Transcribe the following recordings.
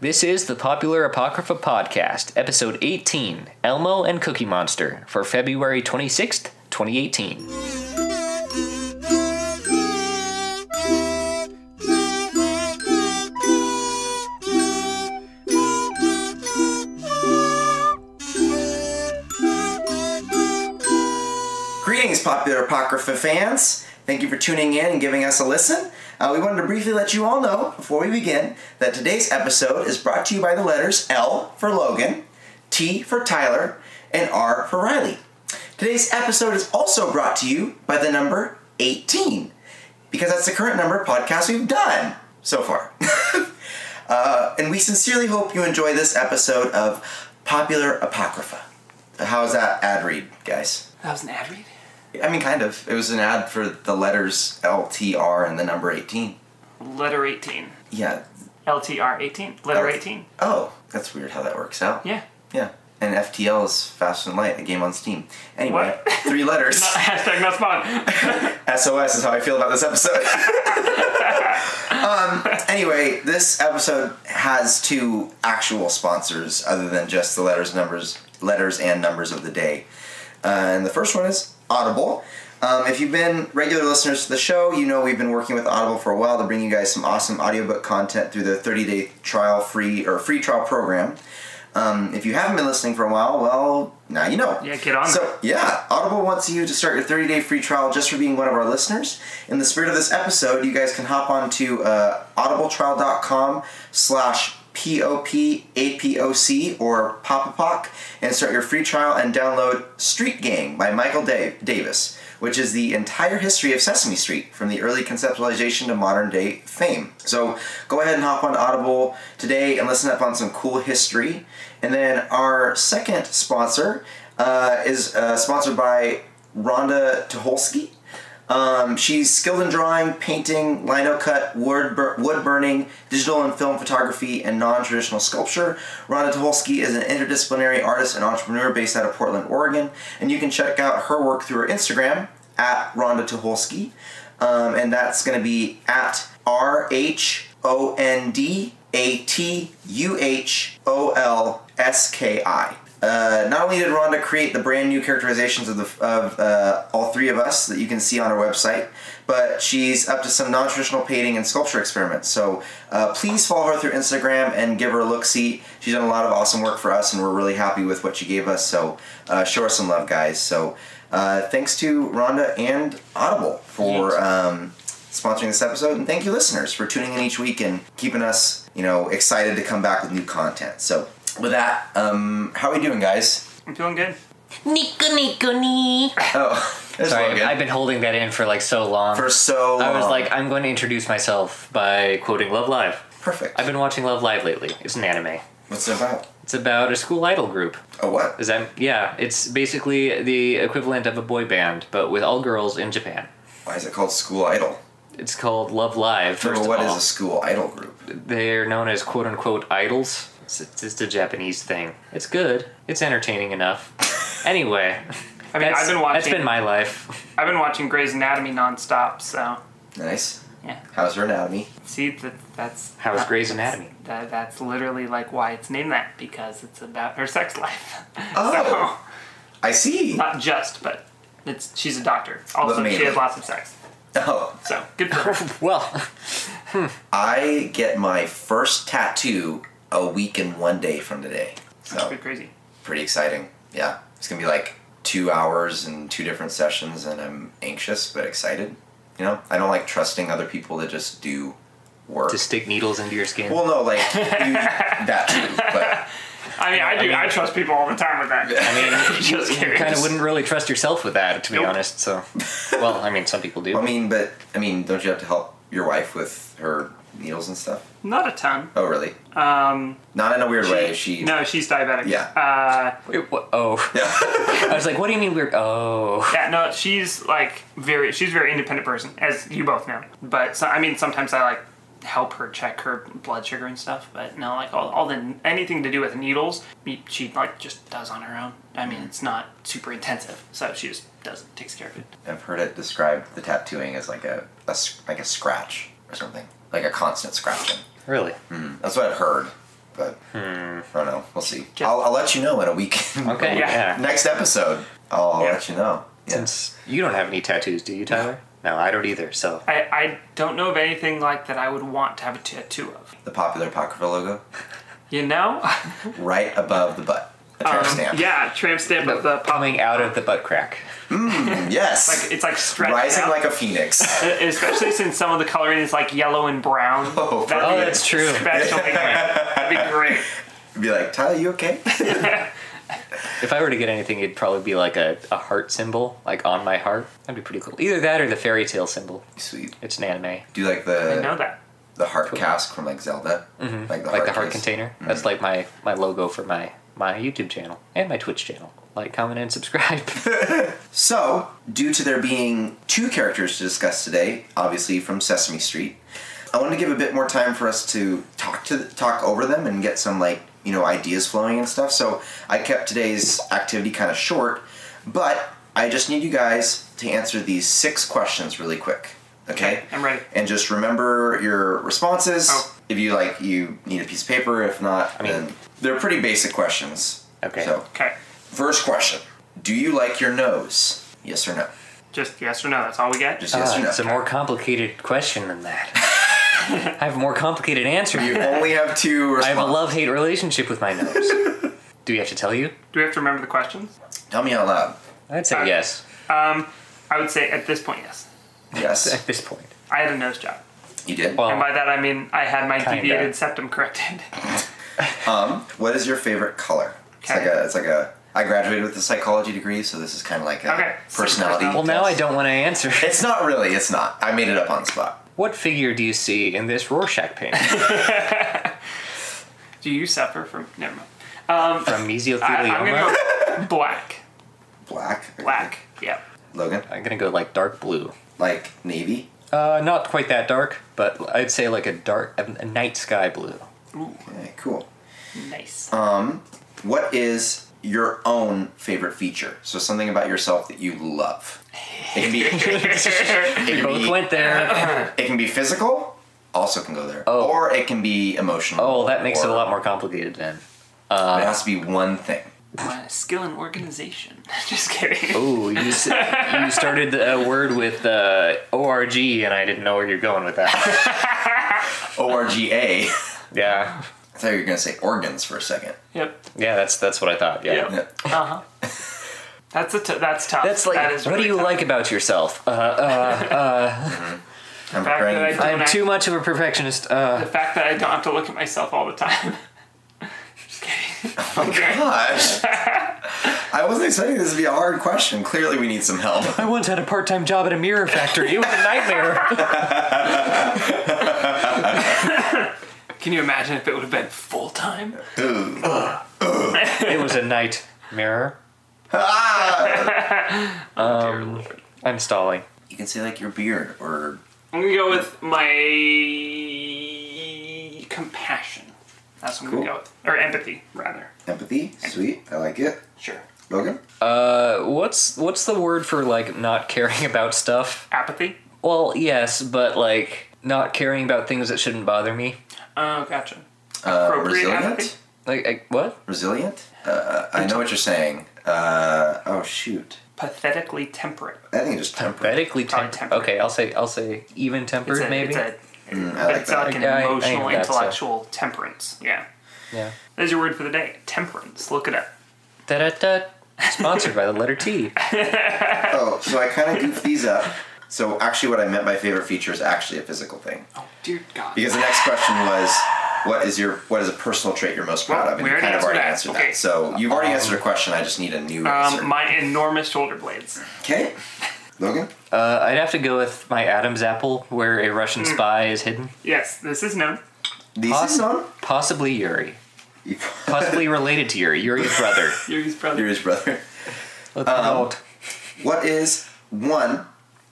This is the Popular Apocrypha Podcast, Episode 18 Elmo and Cookie Monster, for February 26th, 2018. Greetings, popular Apocrypha fans. Thank you for tuning in and giving us a listen. Uh, we wanted to briefly let you all know, before we begin, that today's episode is brought to you by the letters L for Logan, T for Tyler, and R for Riley. Today's episode is also brought to you by the number 18, because that's the current number of podcasts we've done so far. uh, and we sincerely hope you enjoy this episode of Popular Apocrypha. How's that ad read, guys? That was an ad read? I mean, kind of. It was an ad for the letters LTR and the number 18. Letter 18. Yeah. LTR 18. Letter L- 18. Oh, that's weird how that works out. Yeah. Yeah. And FTL is Fast and Light, a game on Steam. Anyway, What? three letters. Not, hashtag not spawn. SOS is how I feel about this episode. um, anyway, this episode has two actual sponsors other than just the letters, numbers, letters and numbers of the day. Uh, and the first one is Audible. Um, if you've been regular listeners to the show, you know we've been working with Audible for a while to bring you guys some awesome audiobook content through their 30-day trial free or free trial program. Um, if you haven't been listening for a while, well, now you know. Yeah, get on So it. yeah, Audible wants you to start your 30 day free trial just for being one of our listeners. In the spirit of this episode, you guys can hop on to uh, audibletrial.com slash P-O-P-A-P-O-C or Popapoc and start your free trial and download Street Gang by Michael Da- Davis, which is the entire history of Sesame Street from the early conceptualization to modern day fame. So go ahead and hop on Audible today and listen up on some cool history. And then our second sponsor uh, is uh, sponsored by Rhonda Tucholsky. Um, she's skilled in drawing, painting, lino cut, wood, bur- wood burning, digital and film photography, and non traditional sculpture. Rhonda Tucholsky is an interdisciplinary artist and entrepreneur based out of Portland, Oregon. And you can check out her work through her Instagram at Rhonda Tucholsky. Um, and that's going to be at R H O N D A T U H O L S K I. Uh, not only did Rhonda create the brand new characterizations of, the, of uh, all three of us that you can see on her website, but she's up to some non traditional painting and sculpture experiments. So uh, please follow her through Instagram and give her a look see. She's done a lot of awesome work for us, and we're really happy with what she gave us. So uh, show her some love, guys. So uh, thanks to Rhonda and Audible for um, sponsoring this episode, and thank you, listeners, for tuning in each week and keeping us, you know, excited to come back with new content. So, with that, um, how are we doing, guys? I'm doing good. Nico Nico ni. Oh, there's Sorry, Logan. I've been holding that in for like so long. for oh. so long. I was like, I'm going to introduce myself by quoting Love Live. perfect. I've been watching Love Live lately. It's an anime. What's it about? It's about a school idol group. Oh, what? Is that yeah? It's basically the equivalent of a boy band, but with all girls in Japan. Why is it called School Idol? It's called Love Live. First Well, what of is all, a school idol group? they're known as quote unquote idols. It's, it's just a Japanese thing. It's good. It's entertaining enough. anyway, I mean, that's- I've been That's watching. been my life. I've been watching Grey's Anatomy nonstop. So Nice. yeah. How's her anatomy? See that that's How's that- Grey's that's- Anatomy? That, that's literally like why it's named that because it's about her sex life. Uh-huh. Oh. So, I see. not just, but it's she's a doctor. Also, she mainly. has lots of sex. Oh, So good for her. well, I get my first tattoo a week and one day from today. That's So pretty crazy. pretty exciting. Yeah, it's gonna be like two hours and two different sessions, and I'm anxious but excited. You know, I don't like trusting other people to just do work. to stick needles into your skin. well, no, like you, that too, but I mean, I do. I, mean- trust people all the time with that. I mean, Just you, curious. kind of wouldn't really trust yourself with that, to be Nope. honest. So, well, I mean, some people do. I mean, but I mean, don't you have to help your wife with her needles and stuff? Not a ton. Oh, really? Um, Not in a weird way. She No, she's diabetic. Yeah. Uh, Wait, what- oh, Yeah. I was like, what do you mean we're? Oh, yeah. No, she's like very. She's a very independent person, as you both know. But so, I mean, sometimes I like help her check her blood sugar and stuff. But no, like all, all the anything to do with needles, me- she like just does on her own. I mean, it's not super intensive, so she just does takes care of it. I've heard it described the tattooing as like a, a s- like a scratch or something, like a constant scratching. really? That's what I've heard. but I don't know. We'll see. I'll, I'll let you know in a week. Okay. Yeah. Yeah. Next episode, I'll Yeah. let you know. Yeah. Since you don't have any tattoos, do you, Tyler? No, I don't either. So I, I don't know of anything like that I would want to have a tattoo of. the popular Apocrypha logo, You know? right above the butt. The tramp Um, stamp. Yeah, tramp stamp of the pop. coming out of the butt crack. Yes. Like, it's like stretched Rising out. like a phoenix. Uh, Especially since some of the coloring is like yellow and brown. Oh, Oh, That'd be that's true. Especially great. That'd be great. Be like, Tyler, you okay? If I were to get anything, it'd probably be like a, a heart symbol, like on my heart. That'd be pretty cool. Either that or the fairy tale symbol. Sweet. It's an anime. Do you like I know the that. the heart cask from like Zelda? Mm-hmm. Like the like the heart case? container. That's like my my logo for my my YouTube channel and my Twitch channel. Like, comment, and subscribe. So, due to there being two characters to discuss today, obviously from Sesame Street, I wanted to give a bit more time for us to talk to talk over them and get some like you know ideas flowing and stuff. So I kept today's activity kind of short, but I just need you guys to answer these six questions really quick. Okay, Okay, I'm ready. And just remember your responses. Oh. If you like, you need a piece of paper. If not, mean- then they're pretty basic questions. Okay. So Okay. First question Do you like your nose? Yes or no? Just yes or no. That's all we get. Just yes Ah, or no. it's a more complicated question than that. I have a more complicated answer. you only have two I have responses. a love hate relationship with my nose. Do we have to tell you? Do we have to remember the questions? Tell me out loud. I'd say Uh, yes I would say at this point, yes. Yes. at this point. I had a nose job. You did. Well, And by that I mean I had my Oh. Kinda. deviated septum corrected. Um, what is your favorite color? It's like Okay. a. It's like a. I graduated with a psychology degree, so this is kind of like a Okay. personality. Well, well, now I test. don't want to answer. It's not really. It's not. I made it up on the spot. What figure do you see in this Rorschach painting Do you suffer from? Never mind. from I, mesothelioma? I'm gonna go black. Black. Black. Yeah. Logan. I'm gonna go like dark blue. Like navy. Uh, not quite that dark, but I'd say like a dark, a a night sky blue. Okay, cool. Nice. What is your own favorite feature? So something about yourself that you love. It can be. it We can both be- went there. It can be physical, also can go there. Oh. Or it can be emotional. Oh, that makes it a or- lot more complicated then. it has to be one thing. My skill in organization. Just kidding. Ooh, you, s- you started a word with uh, ORG, and I didn't know where you're going with that. O R G A. I yeah, thought you were gonna say organs for a second. Yep. yeah, that's that's what I thought. Yeah, Yep. Yeah. Uh huh. That's a t- that's tough. that's like, That is what really do you tough. like about yourself? Uh, I'm Back preparing. that you I- I'm too much of a perfectionist. Uh, The fact that I don't have to look at myself all the time. Just kidding. for- Oh my gosh. I wasn't expecting this to be a hard question. Clearly, we need some help. I once had a part-time job at a mirror factory. It was a nightmare. Can you imagine if it would have been full time? it was a night mirror. Ah! Um, Dear Lord. I'm stalling. You can say like your beard or I'm gonna go with my compassion. That's what I'm Cool. gonna go with, or empathy rather. empathy. Sweet. I like it. Sure. Logan. Uh, what's what's the word for like not caring about stuff? Apathy. Well, yes, but like not caring about things that shouldn't bother me. Oh, gotcha. Uh, Appropriate resilient. apathy? Like, I, what? Resilient. Uh, I know what you're saying. Uh, oh shoot. Pathetically temperate. I think it's just temper. Radically Probably tempered. tempered. Okay, I'll say I'll say even tempered It's a, maybe. It's a, Mm, I like it's that. like an Yeah, I- I think emotional, that's a- intellectual temperance. Yeah. Yeah. That's your word for the day. Temperance. Look it up. Da da da. Sponsored by the letter T. Oh, so I kind of goofed these up. So actually, what I meant by favorite feature is actually a physical thing. Oh dear God. Because the next question was, what is your what is a personal trait you're most proud of? And we you already kind of already answered answered that. Okay. that. So you've already answered a question. I just need a new answer. um, my enormous shoulder blades. okay, Logan. Uh, I'd have to go with my Adam's apple, where a Russian Mm. spy is hidden. Yes, this is known. This is Awesome. on. Possibly Yuri. Possibly related to Yuri. Yuri's brother. Um, Yuri's brother. You're his brother. Let's promote. What is one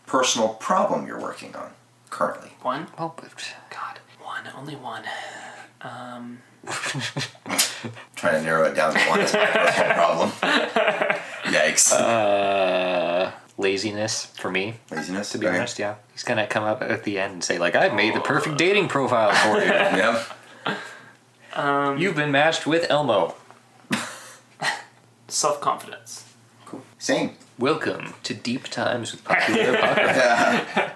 personal problem you're working on currently? One. Well, oh, but- God. One. Only one. trying to narrow it down to one is my personal problem. Yikes. uh, laziness for me. Laziness. To be honest, yeah. He's Oh. gonna come up at the end and say like, "I've made the perfect dating profile for you." Yeah. Um, You've been matched with Elmo. Self confidence. Same. Welcome to Deep Times with Popular Apocrypha.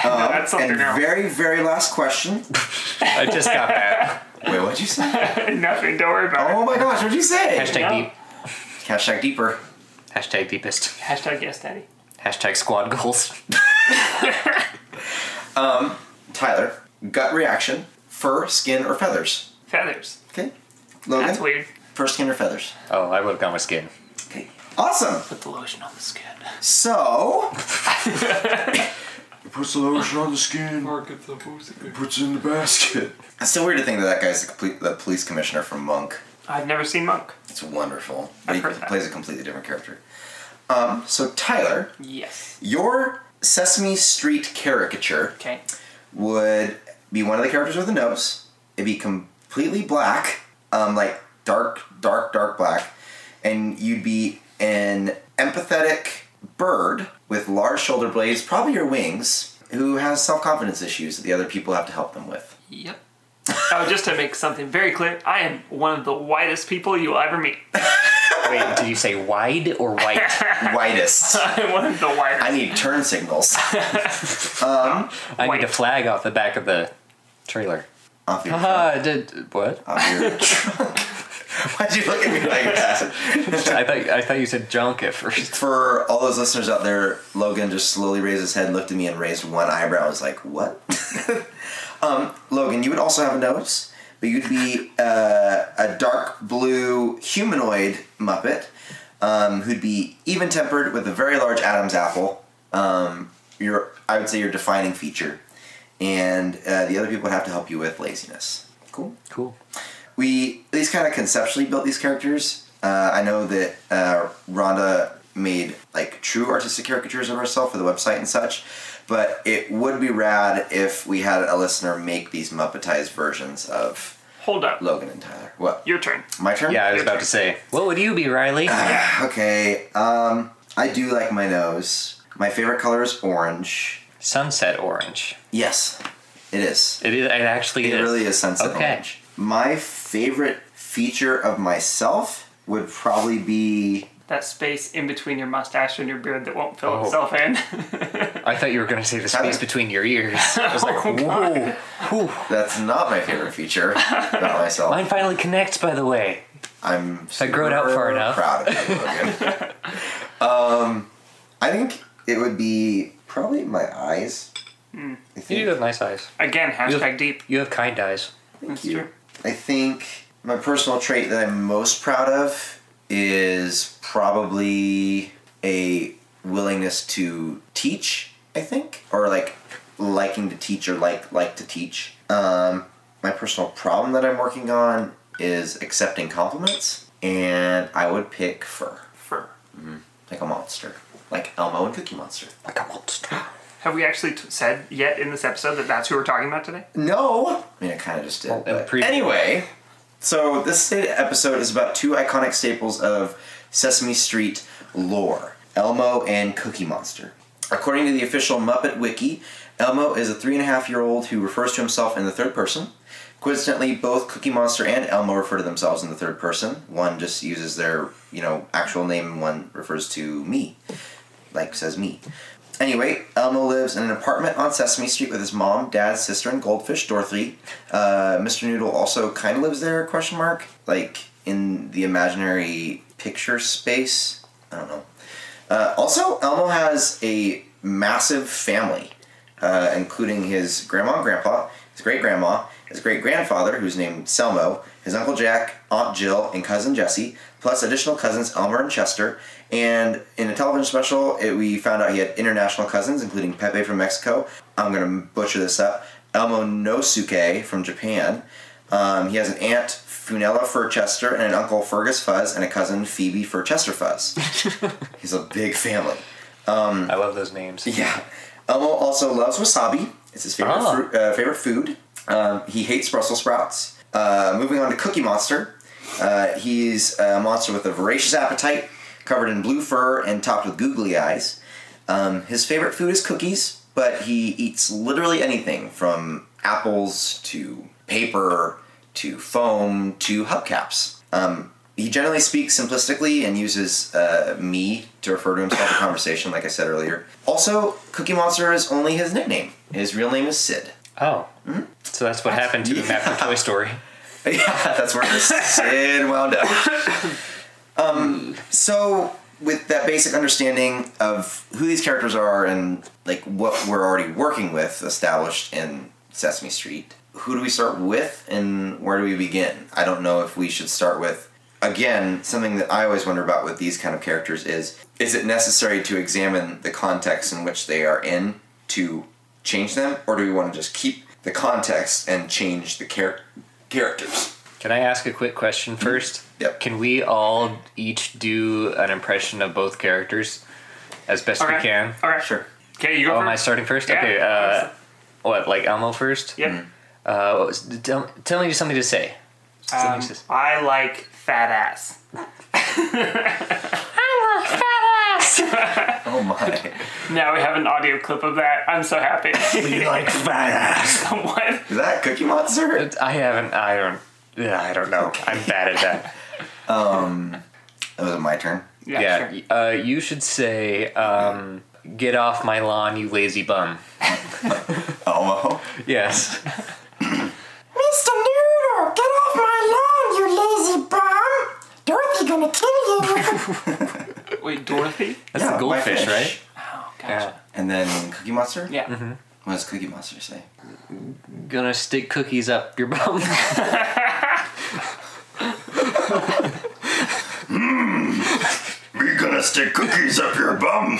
That's something Uh, And else. very, very last question. I just got that. Wait, what'd you say? Nothing. Don't worry about Oh my gosh, what'd you say? Hashtag Yeah. deep. Hashtag deeper. Hashtag deepest. it. Hashtag yes, daddy. Hashtag squad goals. Tyler, gut reaction, fur, skin, or feathers. Feathers. Okay. Logan, That's weird. fur, skin, or feathers. Oh, I would have gone with skin. Okay. Awesome. Put the lotion on the skin. So. puts the lotion on the skin, Market the music. puts it in the basket. It's so weird to think that that guy's the, complete, the police commissioner from Monk. I've never seen Monk. It's wonderful. I've he heard that. plays a completely different character. Um, so, Tyler, Yes. your Sesame Street caricature Okay. would be one of the characters with a nose. It'd be completely black, um, like dark, dark, dark black, and you'd be an empathetic bird with large shoulder blades, probably your wings, who has self confidence issues that the other people have to help them with. Yep. oh, just to make something very clear, I am one of the whitest people you'll ever meet. Wait, did you say wide or white? Whitest. I'm one of the whitest. I need turn signals I need a White. flag off the back of the trailer. off your, Ah, did what? off your trunk. Why'd you look at me like that? I thought I thought you said junk at first. For all those listeners out there, Logan just slowly raised his head, looked at me, and raised one eyebrow. I was like, "What?" um, Logan, you would also have a nose, but you'd be uh, a dark blue humanoid Muppet um, who'd be even tempered with a very large Adam's apple. Um, your, I would say, your defining feature, and uh, the other people would have to help you with laziness. Cool Cool. we at least kind of conceptually built these characters. Uh, I know that uh, Rhonda made like true artistic caricatures of herself for the website and such, but it would be rad if we had a listener make these Muppetized versions of Hold up. Logan and Tyler. What? Your turn. My turn? Yeah, I was about to say, what would you be, Riley? Okay. Um, I do like my nose. My favorite color is orange. Sunset orange. Yes, it is. It is. It actually It is. really is sunset Okay. orange. My favorite feature of myself would probably be That space in between your mustache and your beard that won't fill Oh. itself in. I thought you were going to say the space Tyler. between your ears. I was like, whoa. Whew. That's not my favorite feature about myself. Mine finally connects, by the way. I'm I grew it out super far enough. Proud of you, Logan. um, I think it would be probably my eyes. I think. You do have nice eyes. Again, You hashtag have, deep. You have kind eyes. Thank That's you. true. I think my personal trait that I'm most proud of is probably a willingness to teach. I think, or like liking to teach, or like like to teach. Um, my personal problem that I'm working on is accepting compliments, and I would pick fur, Fur. like a monster, like Elmo and Cookie Monster. Like a monster. Have we actually t- said yet in this episode that that's who we're talking about today? No. I mean, I kind of just did. in but- pre- anyway, so this sta- episode is about two iconic staples of Sesame Street lore Elmo and Cookie Monster. According to the official Muppet Wiki, Elmo is a three and a half year old who refers to himself in the third person. Coincidentally, both Cookie Monster and Elmo refer to themselves in the third person. One just uses their, you know, actual name, and one refers to me like says me. Anyway, Elmo lives in an apartment on Sesame Street with his mom, dad, sister, and goldfish Dorothy. Uh, Mr. Noodle also kind of lives there? Question mark. Like in the imaginary picture space. I don't know. Uh, also, Elmo has a massive family, uh, including his grandma and grandpa, his great grandma, his great grandfather, who's named Selmo, his uncle Jack, Aunt Jill, and cousin Jesse, plus additional cousins Elmer and Chester. And in a television special, it, we found out he had international cousins, including Pepe from Mexico. I'm going to butcher this up. Elmo Nosuke from Japan. Um, he has an aunt, Funella Furchester, and an uncle, Fergus Fuzz, and a cousin, Phoebe Furchester Fuzz. He's a big family. I love those names. Yeah. Elmo also loves wasabi. It's his favorite Ah. fru- uh, favorite food. Um, he hates Brussels sprouts. Uh, moving on to Cookie Monster. Uh, he's a monster with a voracious appetite, covered in blue fur and topped with googly eyes. Um, his favorite food is cookies, but he eats literally anything from apples to paper to foam to hubcaps. Um, he generally speaks simplistically and uses uh, me to refer to himself in conversation, like I said earlier. Also, Cookie Monster is only his nickname. His real name is Sid. Oh. So that's what happened to him after Toy Story. yeah, that's where the sin wound up. Um, so with that basic understanding of who these characters are and like what we're already working with established in Sesame Street, who do we start with and where do we begin? I don't know if we should start with again something that I always wonder about with these kind of characters is is it necessary to examine the context in which they are in to change them or do we want to just keep the context and change the char- characters? Can I ask a quick question first? Mm-hmm. Yep. Can we all each do an impression of both characters as best we Alright. can? Alright. Sure. Okay, you go Oh, first. am I starting first? Yeah. Okay. Uh, what, like Elmo first? Yep. Uh, what was, tell, tell me something to say. Um, Something to say. I like fat ass. Oh my. Now we have an audio clip of that. I'm so happy. you like fat ass. what? Is that Cookie Monster? It's- I haven't. I don't. Yeah, I don't know. I'm bad at that. That was my turn. Yeah, yeah. sure. Uh, you should say, um, "Get off my lawn, you lazy bum." Elmo. Yes. Mr. Noodle, get off my lawn, you lazy bum! Dorothy gonna kill you! Wait, Dorothy? That's Yeah, the my goldfish, fish. right? Oh, Yeah. gotcha. And then Cookie Monster? Yeah. Mm-hmm. What does Cookie Monster say? Gonna stick cookies up your bum. We gonna stick cookies up your bum.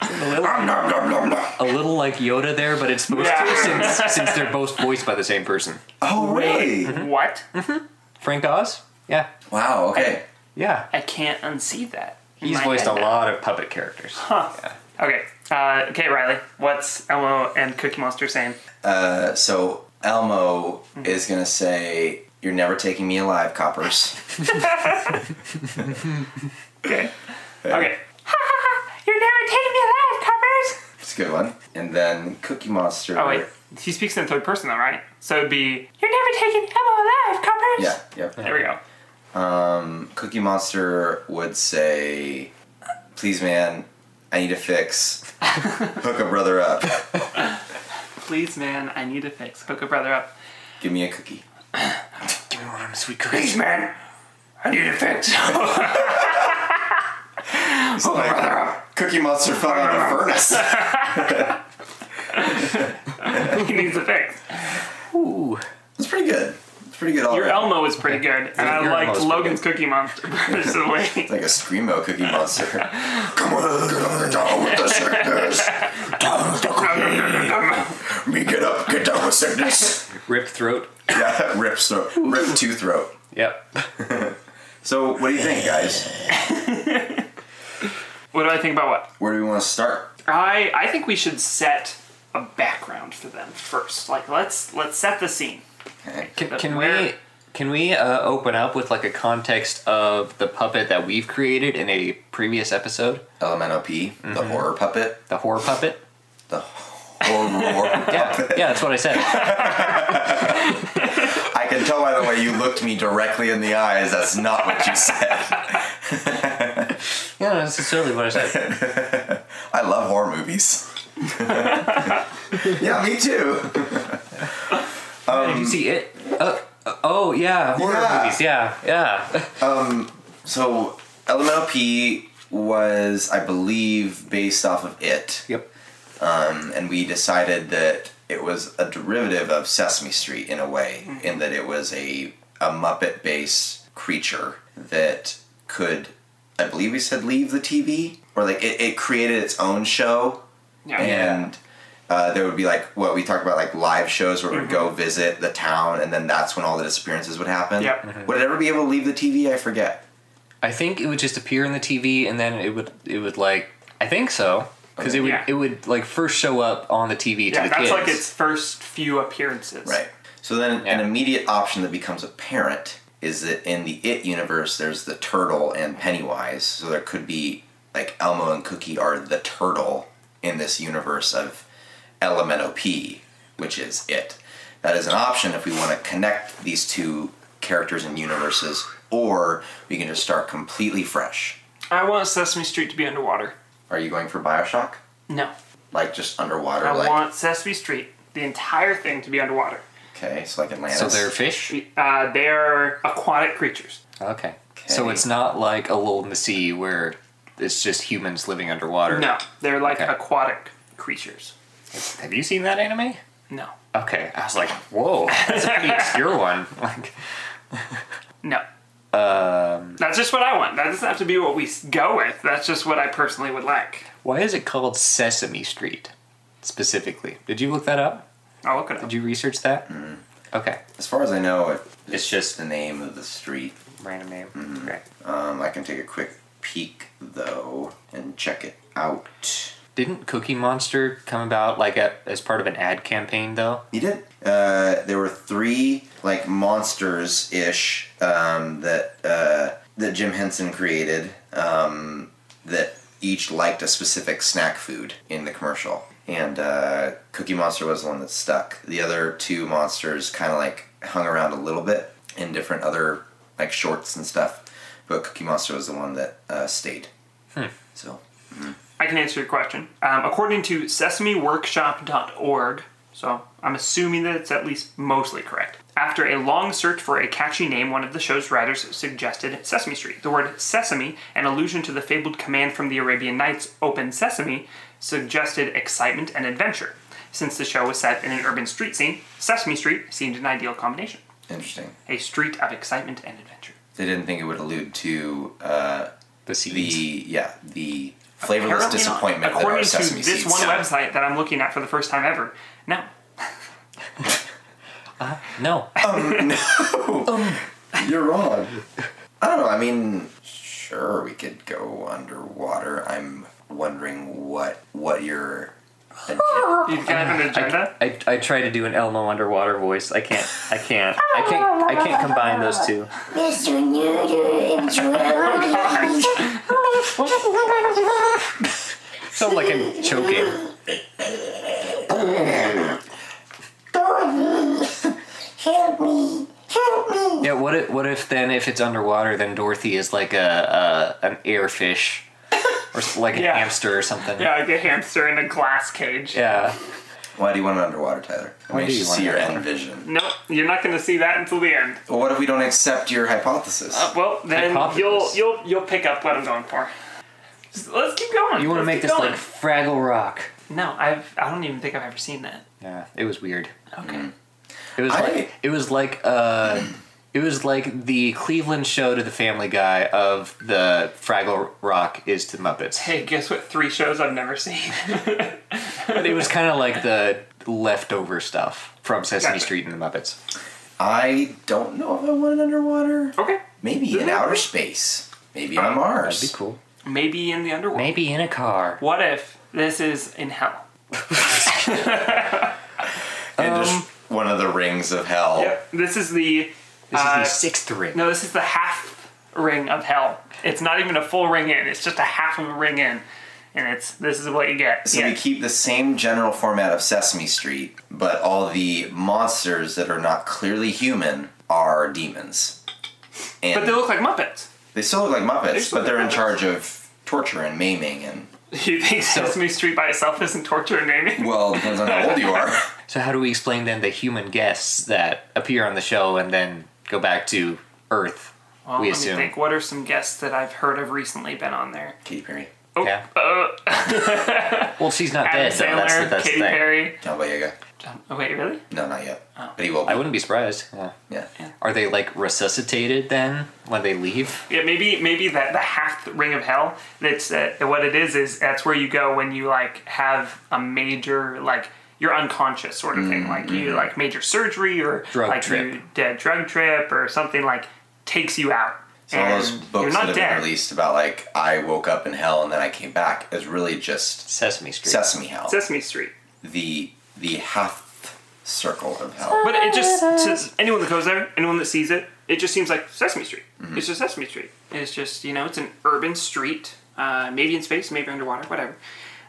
nom, nom, nom, nom, nom. a little like Yoda there, but it's supposed Yeah. to since since they're both voiced by the same person. Oh, really? Mm-hmm. What? Frank Oz. Yeah. Wow, okay. Yeah. I can't unsee that. in He's my voiced a head now. lot of puppet characters. Okay. Uh, okay, Riley. What's Elmo and Cookie Monster saying? Uh, so Elmo is gonna say, You're never taking me alive, coppers. Okay. Okay. You're never taking me alive, Cuppers! It's a good one. And then Cookie Monster. Oh wait. He speaks in third person though, right? So it'd be You're never taking Elmo alive, Cuppers! Yeah, yep. Um, there we go. Cookie Monster would say, Please, man, I need a fix. Hook a brother up. Please, man, I need a fix. Hook a brother up. Give me a cookie. Give me one of them sweet cookies. man, I need a fix. It's like Cookie Monster fell out of the furnace. he needs a fix. Ooh. It's pretty good. It's pretty good all Your around. Elmo was pretty good, and I Your Elmo liked was pretty Logan's Cookie Monster personally. It's like a screamo Cookie Monster. Come on, get on the down with the sickness. Down with the cookie. Me get up, get down with sickness. Rip throat. Yeah, rip throat, rip two throat. Yep. So, what do you think, guys? what do I think about what? Where do we want to start? I I think we should set a background for them first. Like let's let's set the scene. Okay. Can, can we Where- can we uh, open up with like a context of the puppet that we've created in a previous episode, LMNOP, the horror puppet, the horror puppet? the horror Yeah, puppet. yeah, that's what I said. I can tell by the way you looked me directly in the eyes. That's not what you said. Yeah, that's necessarily what I said. I love horror movies. yeah, me too. Oh, Did you see it? Uh, uh, oh yeah, horror Yeah. movies. Yeah, yeah. So LMNOP was, I believe, based off of it, yep. um, and we decided that it was a derivative of Sesame Street in a way, in that it was a a Muppet-based creature that could, I believe, we said leave the TV, or like it, it created its own show Yeah. and uh, there would be like what we talked about like live shows where we'd Mm-hmm. go visit the town and then that's when all the disappearances would happen Yep. Mhm. would it ever be able to leave the tv i forget I think it would just appear in the TV, and then it would it would like I think so because it would Yeah. it would like first show up on the TV to Yeah, the that's kids. like its first few appearances. right so then an Yeah. immediate option that becomes apparent is that in the it universe there's the turtle and pennywise so there could be like elmo and cookie are the turtle in this universe of lmnop which is it That is an option if we want to connect these two characters and universes, or we can just start completely fresh. I want Sesame Street to be underwater. Are you going for Bioshock? No. Like just underwater, I like want Sesame Street, the entire thing, to be underwater. okay, so like Atlantis. So they're fish. Uh, they are aquatic creatures. Okay. So Okay. it's not like a lull in the sea where it's just humans living underwater. No, they're like Okay. aquatic creatures. Have you seen that anime? No. Okay. I was like, whoa, that's a pretty obscure one. Like, No. Um, That's just what I want. That doesn't have to be what we s- go with. That's just what I personally would like. why is it called Sesame Street specifically? Did you look that up? I'll look it up. Did you research that? Okay. as far as I know, it, It's just- the name of the street. Random name. Okay. Um, I can take a quick peek though and check it out. Didn't Cookie Monster come about like a, as part of an ad campaign though? You did. Uh, there were three like monsters ish um, that uh, that Jim Henson created um, that each liked a specific snack food in the commercial, and uh, Cookie Monster was the one that stuck. The other two monsters kind of like hung around a little bit in different other like shorts and stuff, but Cookie Monster was the one that uh, stayed. So I can answer your question. Um, according to sesameworkshop.org, so I'm assuming that it's at least mostly correct. After a long search for a catchy name, one of the show's writers suggested Sesame Street. The word sesame, an allusion to the fabled command from the Arabian Nights, open sesame, suggested excitement and adventure. Since the show was set in an urban street scene, Sesame Street seemed an ideal combination. interesting. A street of excitement and adventure. They didn't think it would allude to. Uh, The seeds. the yeah the flavorless Apparently not. disappointment that According are to sesame this seeds. one website that I'm looking at for the first time ever, no, No. You're wrong. I don't know. I mean, sure we could go underwater. I'm wondering what what your You've got an agenda? I, I try to do an Elmo underwater voice. I can't. I can't. I can't. I can't combine those two. Mr. Noodle and Drone. Sound like I'm choking. Dorothy, help me, help me. Yeah. What if? What if then? If it's underwater, then Dorothy is like a, a an airfish, or s- like Yeah. a hamster or something. Yeah, like a hamster in a glass cage. Yeah. why do you want it underwater, Tyler? It Why makes do you you want see it your end underwater? vision. Nope, you're not going to see that until the end. Uh, Well, what if we don't accept your hypothesis? Well, then you'll Hypothesis. you'll you'll pick up what I'm going for. Just- Let's keep going. You want to Let's make keep this going. like Fraggle Rock? No, I've I don't even think I've ever seen that. Yeah. It was weird. Okay. Mm. It was I- like it was like uh, it was like the Cleveland show to the Family Guy of the Fraggle Rock is to Muppets. Hey, guess what? Three shows I've never seen. But it was kind of like the leftover stuff from Sesame Gotcha. Street and the Muppets. I don't know if I want it underwater. okay. Maybe in outer space. Maybe on Mars. That'd be cool. Maybe in the underworld. Maybe in a car. What if this is in hell? And just one of the rings of hell. Yep. This is the This Uh, is the sixth ring. no. This is the half ring of hell. It's not even a full ring in. It's just a half of a ring in, and it's this is what you get. So yeah. we keep the same general format of Sesame Street, but all the monsters that are not clearly human are demons. And but they look like Muppets. they still look like Muppets, They still but look they're in like Muppets. charge of torture and maiming and You think Sesame Street by itself isn't torture and naming? well, depends on how old you are. So how do we explain then the human guests that appear on the show and then go back to Earth? Well, we let assume. me think. What are some guests that I've heard of recently been on there? Katy Perry, Oh, Yeah. uh, Well, she's not Adam dead, so that's the Sandler, that's the Katy thing. Perry. John Boyega. John- oh, wait, really? No, not yet, Oh. but he will. Be. I wouldn't be surprised. Yeah. Yeah. Are they like resuscitated then when they leave? Yeah, maybe maybe that the half ring of hell. That's uh, what it is. Is that's where you go when you like have a major like you're unconscious sort of Mm, thing. Like you mm-hmm. like major surgery or Drug like trip. you dead drug trip or something like takes you out. So all those And books that have been released about like I woke up in hell and then I came back is really just Sesame Street. Sesame Hell, Sesame Street. the the half circle of hell. But it just to anyone that goes there, anyone that sees it, it just seems like Sesame Street. It's just Sesame Street. It's just you know, it's an urban street, uh, maybe in space, maybe underwater, whatever.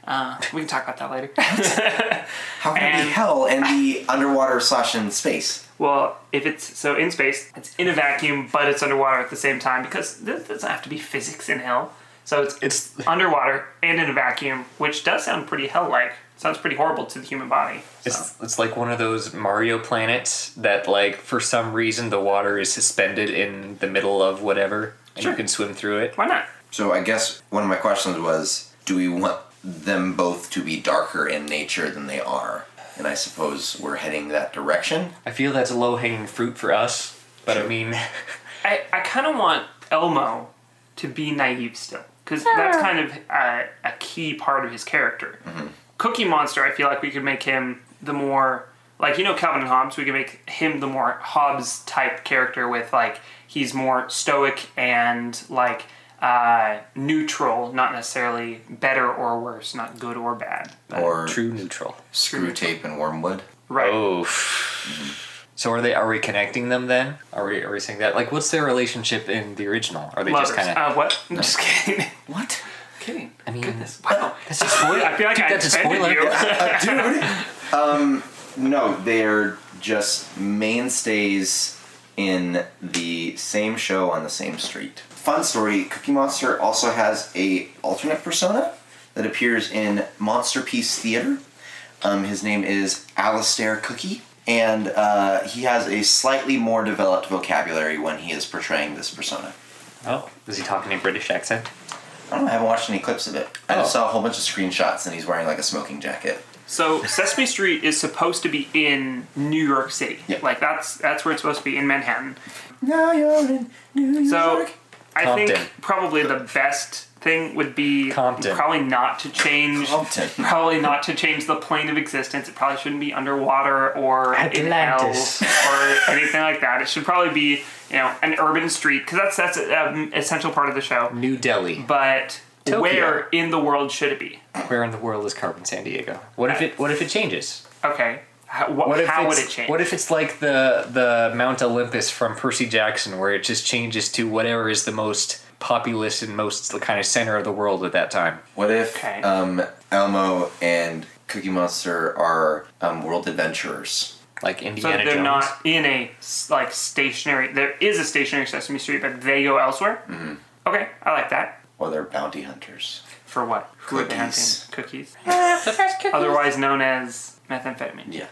Uh, we can talk about that later. How can it And- be hell and be underwater slash in space? well, if it's so in space, it's in a vacuum, but it's underwater at the same time because this doesn't have to be physics in hell. So it's It's- underwater and in a vacuum, which does sound pretty hell-like. Sounds pretty horrible to the human body. It's, it's like one of those Mario planets that, like, for some reason, the water is suspended in the middle of whatever, and Sure. you can swim through it. Why not? So I guess one of my questions was, do we want them both to be darker in nature than they are? And I suppose we're heading that direction. I feel that's low hanging fruit for us, but I Sure. mean, I, I kind of want Elmo to be naive still, because that's kind of a, a key part of his character. Mm-hmm. Cookie Monster, I feel like we could make him the more, like, you know, Calvin and Hobbes, we could make him the more Hobbes type character with, like, he's more stoic and, like, uh, neutral, not necessarily better or worse, not good or bad. Or true neutral. screw tape and wormwood. Right. Oh. So are they? Are we connecting them then? Are we? Are we saying that? Like, what's their relationship in the original? Are they Lovers. just kind of? Uh, what? I'm just kidding. What? kidding. I mean, Goodness. Wow. that's a spoiler. I feel like Dude, I that's a offended spoiler. you. Dude! um, no, they're just mainstays in the same show on the same street. Fun story, Cookie Monster also has a alternate persona that appears in Monster Piece Theater. Um, his name is Alistair Cookie, and uh, he has a slightly more developed vocabulary when he is portraying this persona. Oh, is he talking in British accent? I don't know, I haven't watched any clips of it. I Oh. just saw a whole bunch of screenshots, and he's wearing like a smoking jacket. So Sesame Street is supposed to be in New York City. Yeah. Like that's that's where it's supposed to be in Manhattan. Now you're in New So I Compton. think probably the best thing would be Compton. probably not to change Compton. probably not to change the plane of existence. It probably shouldn't be underwater or in hell Atlantis. or anything like that. It should probably be you know an urban street because that's that's an essential part of the show. New Delhi. But Tokyo. where in the world should it be? Where in the world is Carbon San Diego? What if it? What if it changes? Okay. How, wh- What if how would it's- it change? What if it's like the the Mount Olympus from Percy Jackson, where it just changes to whatever is the most populous and most the kind of center of the world at that time? What if Okay. um, Elmo and Cookie Monster are um, world adventurers? Like So Indiana they're Jones. not in a s- like stationary. There is a stationary Sesame Street, but they go elsewhere. Mm-hmm. Okay, I like that. Or they're bounty hunters? For what? Who are they hunting? Cookies. Cookies, cookies. otherwise known as methamphetamine. Yeah,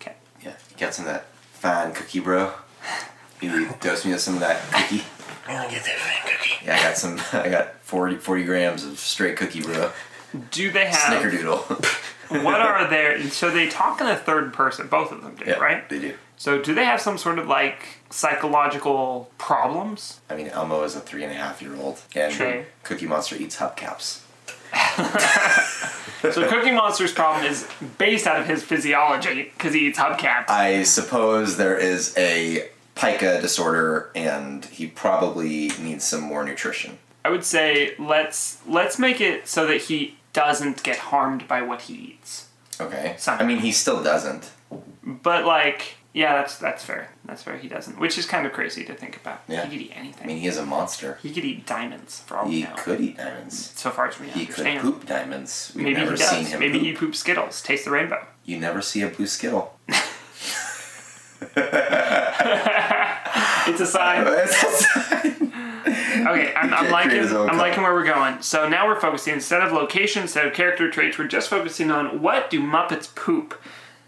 Okay. yeah. You got some of that fine cookie, bro. You dose me with some of that cookie. I get that cookie. Yeah, I got some. I got 40, 40 grams of straight cookie, Um, bro. Do they have? Snickerdoodle. what are their? So they talk in the third person. Both of them do, yeah, right? They do. So do they have some sort of like psychological problems? I mean, Elmo is a three and a half year old, and True. Cookie Monster eats hubcaps. So Cookie Monster's problem is based out of his physiology because he eats hubcaps. I suppose there is a pica disorder, and he probably needs some more nutrition. I would say let's let's make it so that he doesn't get harmed by what he eats. Okay. Some- I mean, he still doesn't. But like, yeah, that's that's fair. That's fair. He doesn't, which is kind of crazy to think about. Yeah. He could eat I anything. mean, he is a monster. he could eat diamonds for all we He know. could eat diamonds. So far as we He could understand. poop diamonds. We've Maybe never he seen does. him. Maybe poop. he poops Skittles. Taste the rainbow. You never see a blue skittle. It's a sign. Okay, I'm, I'm Okay, liking creative zone I'm code. liking where we're going. So now we're focusing instead of location, instead of character traits, we're just focusing on what do Muppets poop,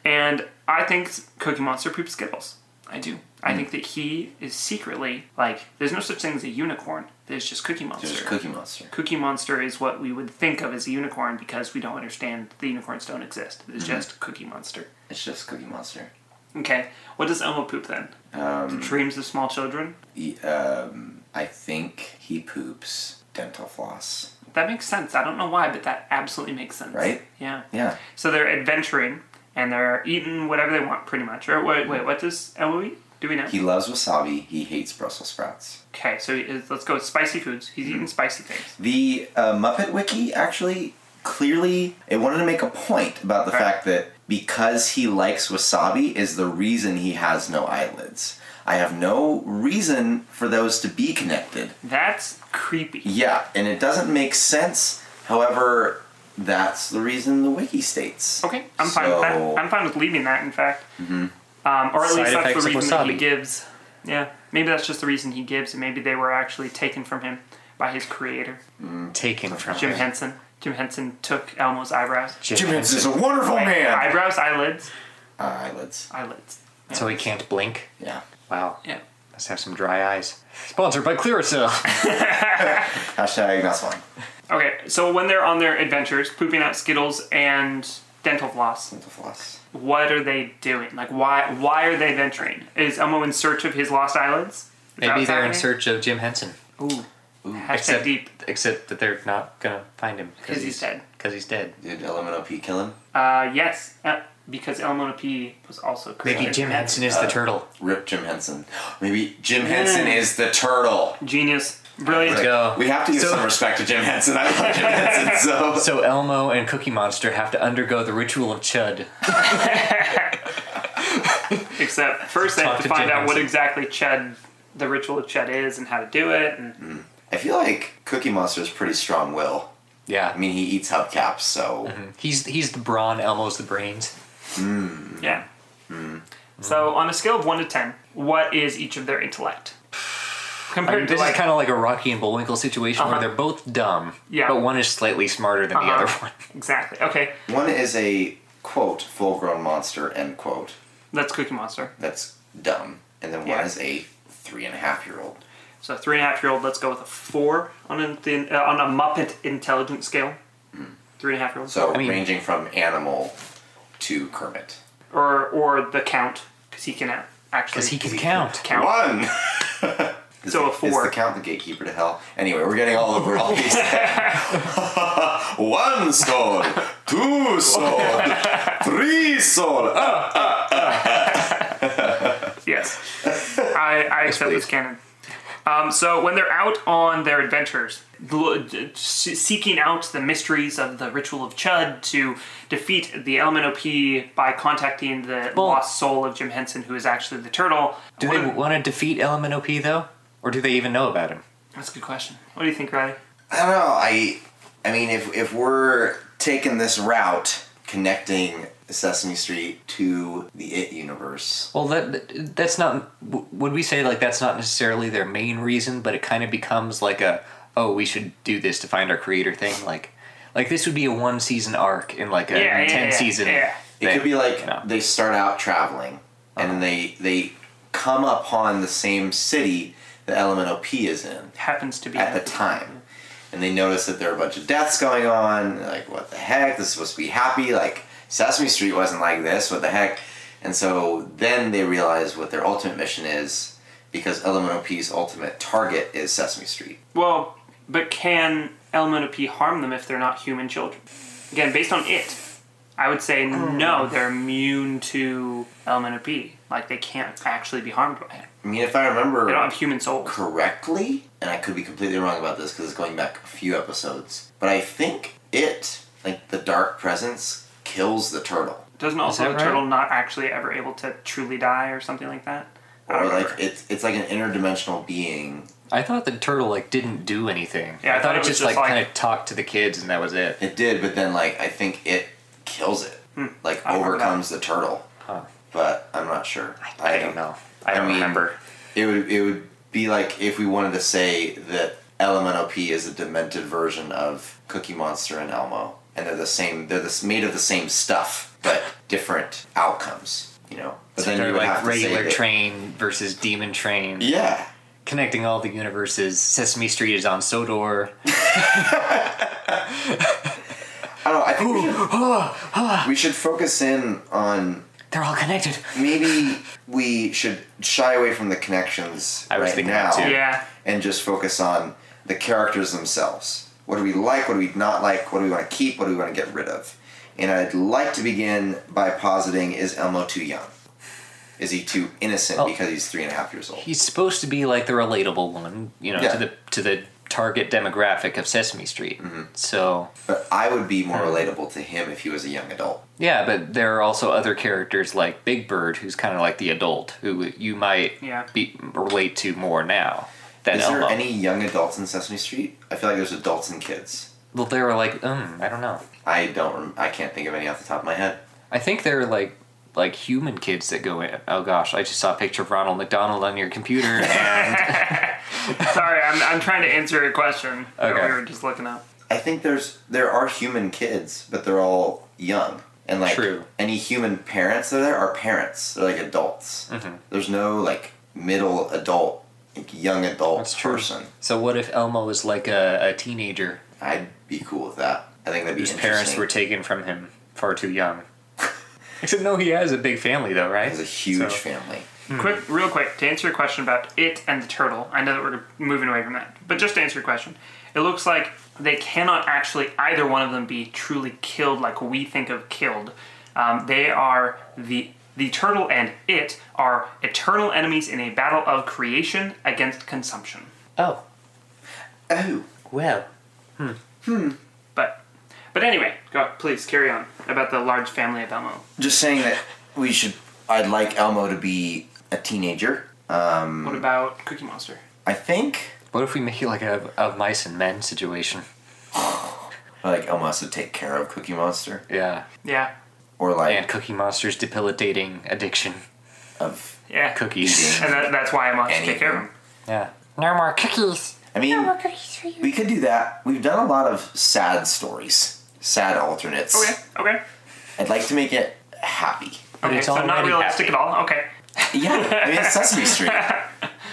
and I think Cookie Monster poops Skittles. I do. I Mm. think that he is secretly like there's no such thing as a unicorn. There's just Cookie Monster. There's Cookie Monster. Cookie Monster is what we would think of as a unicorn because we don't understand the unicorns don't exist. It's Mm-hmm. just Cookie Monster. It's just Cookie Monster. Okay, what does Elmo poop then? Um, Dreams of small children. he, um, I think he poops dental floss. That makes sense. I don't know why, but that absolutely makes sense. Right? Yeah. Yeah. So they're adventuring and they're eating whatever they want, pretty much. Or wait, wait what does Elmo eat? Do we know? He loves wasabi. He hates Brussels sprouts. okay, so he is- let's go with spicy foods. He's Mm-hmm. eating spicy things. The uh, Muppet Wiki actually clearly it wanted to make a point about the Right. fact that because he likes wasabi is the reason he has no eyelids. I have no reason for those to be connected. That's creepy. Yeah, and it doesn't make sense. However, that's the reason the wiki states. Okay, I'm fine with that. I'm fine with leaving that. In fact, Mm-hmm. um, or at Side least that's effects the of reason that he wasabi. gives. Yeah, maybe that's just the reason he gives, and maybe they were actually taken from him by his creator, Taken from Jim him. Henson. Jim Henson took Elmo's eyebrows, Jim Henson is a wonderful Oh, man. eyebrows, eyelids, Uh, eyelids. eyelids. So he can't blink. Yeah. Wow. Yeah. Must have some dry eyes. Sponsored by Clearasil. Hashtag not smiling. Okay, so when they're on their adventures, pooping out Skittles and dental floss, Dental floss. what are they doing? Like, why why are they venturing? Is Elmo in search of his lost eyelids? Is that Maybe what's they're in happening? search of Jim Henson. Ooh. Hashtag Except, deep. except that they're not gonna find him 'Cause he's dead. Because he's dead. Did LMNOP kill him? Uh, yes, uh, because Elmo P was also created. Maybe Jim Henson is the turtle. Rip Jim Henson. Maybe Jim Henson Mm. is the turtle. Genius. Brilliant. Let's go. We have to give So- some respect to Jim Henson. I love Jim Henson so. So Elmo and Cookie Monster have to undergo the ritual of Chud. Except first they Talk have to to find Jim out what Henson. exactly Ched, the ritual of Ched is and how to do it. Mm-hmm. And I feel like Cookie Monster is pretty strong will. Yeah, I mean, he eats hubcaps, so Mm-hmm. he's he's the brawn. Elmo's the brains. yeah. Mm-hmm. So on a scale of one to ten, what is each of their intellect? Compared This to is like, kind of like a Rocky and Bullwinkle situation where Uh-huh. they're both dumb, Yeah. but one is slightly smarter than the Uh-huh. other one. exactly. Okay, one is a quote full grown monster end quote. that's Cookie Monster. That's dumb, and then Yeah. one is a three and a half year old. So three and a half year old. Let's go with a four on a thin, uh, on a Muppet intelligence scale. Three and a half year old. So mean- ranging from animal to Kermit. or or the count because he can a- actually 'Cause he can count. count. One. So a It's the four. count the gatekeeper to hell. Anyway, we're getting all over all these. One soul, two soul, three soul. Ah. Yes, I, I accept this please. canon. Um, so when they're out on their adventures, l- d- se- seeking out the mysteries of the ritual of Chud to defeat the LMNOP by contacting the Well- lost soul of Jim Henson, who is actually the turtle. Do What they want to defeat LMNOP though, or do they even know about him? That's a good question. What do you think, Riley? I don't know. I, I mean, if if we're taking this route, connecting Sesame Street to the It universe, Well, that that's not. w- Would we say like that's not necessarily their main reason, but it kind of becomes like a oh we should do this to find our creator thing. Like like this would be a one season arc in like a Yeah, yeah, ten yeah, season. yeah. it could be like no. they start out traveling, and then they they come upon the same city the LMNOP is in. Happens to be at the time. And they notice that there are a bunch of deaths going on. and they're like, what the heck? This is supposed to be happy. Like, Sesame Street wasn't like this. What the heck? And so then they realize what their ultimate mission is because LMNOP's ultimate target is Sesame Street. Well, but can LMNOP harm them if they're not human children? Again, based on it, I would say no, they're immune to LMNOP. Like, they can't actually be harmed by it. I mean, if I They don't remember have human souls. correctly, and I could be completely wrong about this because it's going back a few episodes, but I think it, like the dark presence, kills the turtle. Doesn't also that the right? turtle not actually ever able to truly die or something like that? I don't Or like remember. it's it's like an interdimensional being. I thought the turtle like didn't do anything. Yeah, I, thought it, was just like, kind of talked to the kids and that was it. It did, but then like I think it kills it, like I don't remember overcomes the turtle. Huh. But I'm not sure. I, don't know. I don't mean- remember. It would it would be like if we wanted to say that LMNOP is a demented version of Cookie Monster and Elmo, and they're the same. They're the, s- made of the same stuff, but different outcomes. You know. But So they're you would like have to say regular that- train versus demon train, Yeah. connecting all the universes. Sesame Street is on Sodor. I don't. know, I think we should, we should focus in on They're all connected. maybe we should shy away from the connections I was right thinking now. that too. Yeah. and just focus on the characters themselves. What do we like? What do we not like? What do we want to keep? What do we want to get rid of? And I'd like to begin by positing is Elmo too young? Is he too innocent Oh. because he's three and a half years old? He's supposed to be like the relatable one, you know, Yeah. to the to the target demographic of Sesame Street. Mm-hmm. So But I would be Uh-huh. more relatable to him if he was a young adult. yeah, but there are also other characters like Big Bird, who's kind of like the adult who you might Yeah. be, relate to more now than Is Elmo. there any young adults in Sesame Street? I feel like there's adults and kids. Well, they were like, um, I don't know. I don't. Rem- I can't think of any off the top of my head. I think they're like like human kids that go in. Oh gosh, I just saw a picture of Ronald McDonald on your computer, Uh, and Sorry, I'm, I'm trying to answer your question that Okay. we were just looking up. I think there's there are human kids, but they're all young and like True. any human parents that are there are parents. They're like adults. Mm-hmm. There's no like middle adult, like young adult person. So what if Elmo is like a, a teenager I'd be cool with that. I think that'd be whose parents interesting. were taken from him far too young? Except no, he has a big family though, right? He has a huge So- family. Quick, real quick, to answer your question about it and the turtle. I know that we're moving away from that, but just to answer your question, it looks like they cannot actually either one of them be truly killed like we think of killed. Um, they are the the turtle and it are eternal enemies in a battle of creation against consumption. Oh Oh, well, But but anyway, go please carry on about the large family of Elmo. just saying that we should. I'd like Elmo to be a teenager. What about Cookie Monster? I think. what if we make it like a of mice and men situation? Like Elmo has to take care of Cookie Monster, Yeah, Yeah, or like and Cookie Monster's debilitating addiction of. yeah. cookies. And that, that's why I want to Anything. take care of him. yeah, No more cookies. I mean, No more cookies for you. We could do that. We've done a lot of sad stories, sad alternates. Okay, okay. I'd like to make it happy. But okay, it's so not already realistic at all. Okay. Yeah, I mean, it's Sesame Street.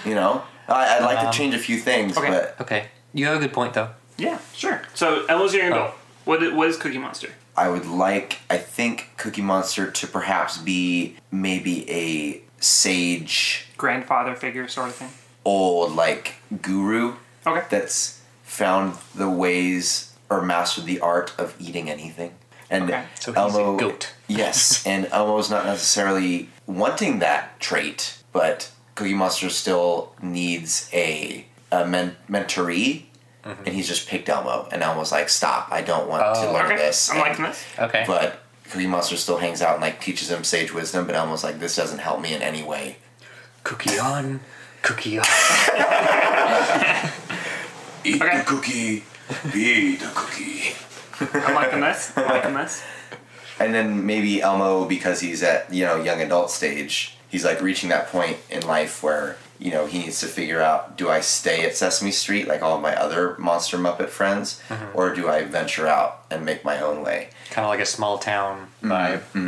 You know? I, I'd like to change a few things, okay. but okay. You have a good point though. Yeah, sure. So Elmo's your Oh. goal. What i- what is Cookie Monster? I would like, I think, Cookie Monster to perhaps be maybe a sage, Grandfather figure sort of thing. old, like, guru Okay. that's found the ways or mastered the art of eating anything. And Okay. So he's Elmo, a goat. yes, and Elmo's not necessarily wanting that trait, but Cookie Monster still needs a, a men- mentoree, and he's just picked Elmo, and Elmo's like, "Stop! I don't want to Mm-hmm. Oh. learn okay. this." I'm and- liking this. Okay. But Cookie Monster still hangs out and like teaches him sage wisdom, but Elmo's like, "This doesn't help me in any way." cookie on, cookie on. Eat Okay. the cookie. Be the cookie. I'm liking this. I'm liking this. And then maybe Elmo, because he's at you know young adult stage, he's like reaching that point in life where you know he needs to figure out: do I stay at Sesame Street like all my other Monster Muppet friends, or do I venture out and make my own way? kind of like a small town Mm-hmm.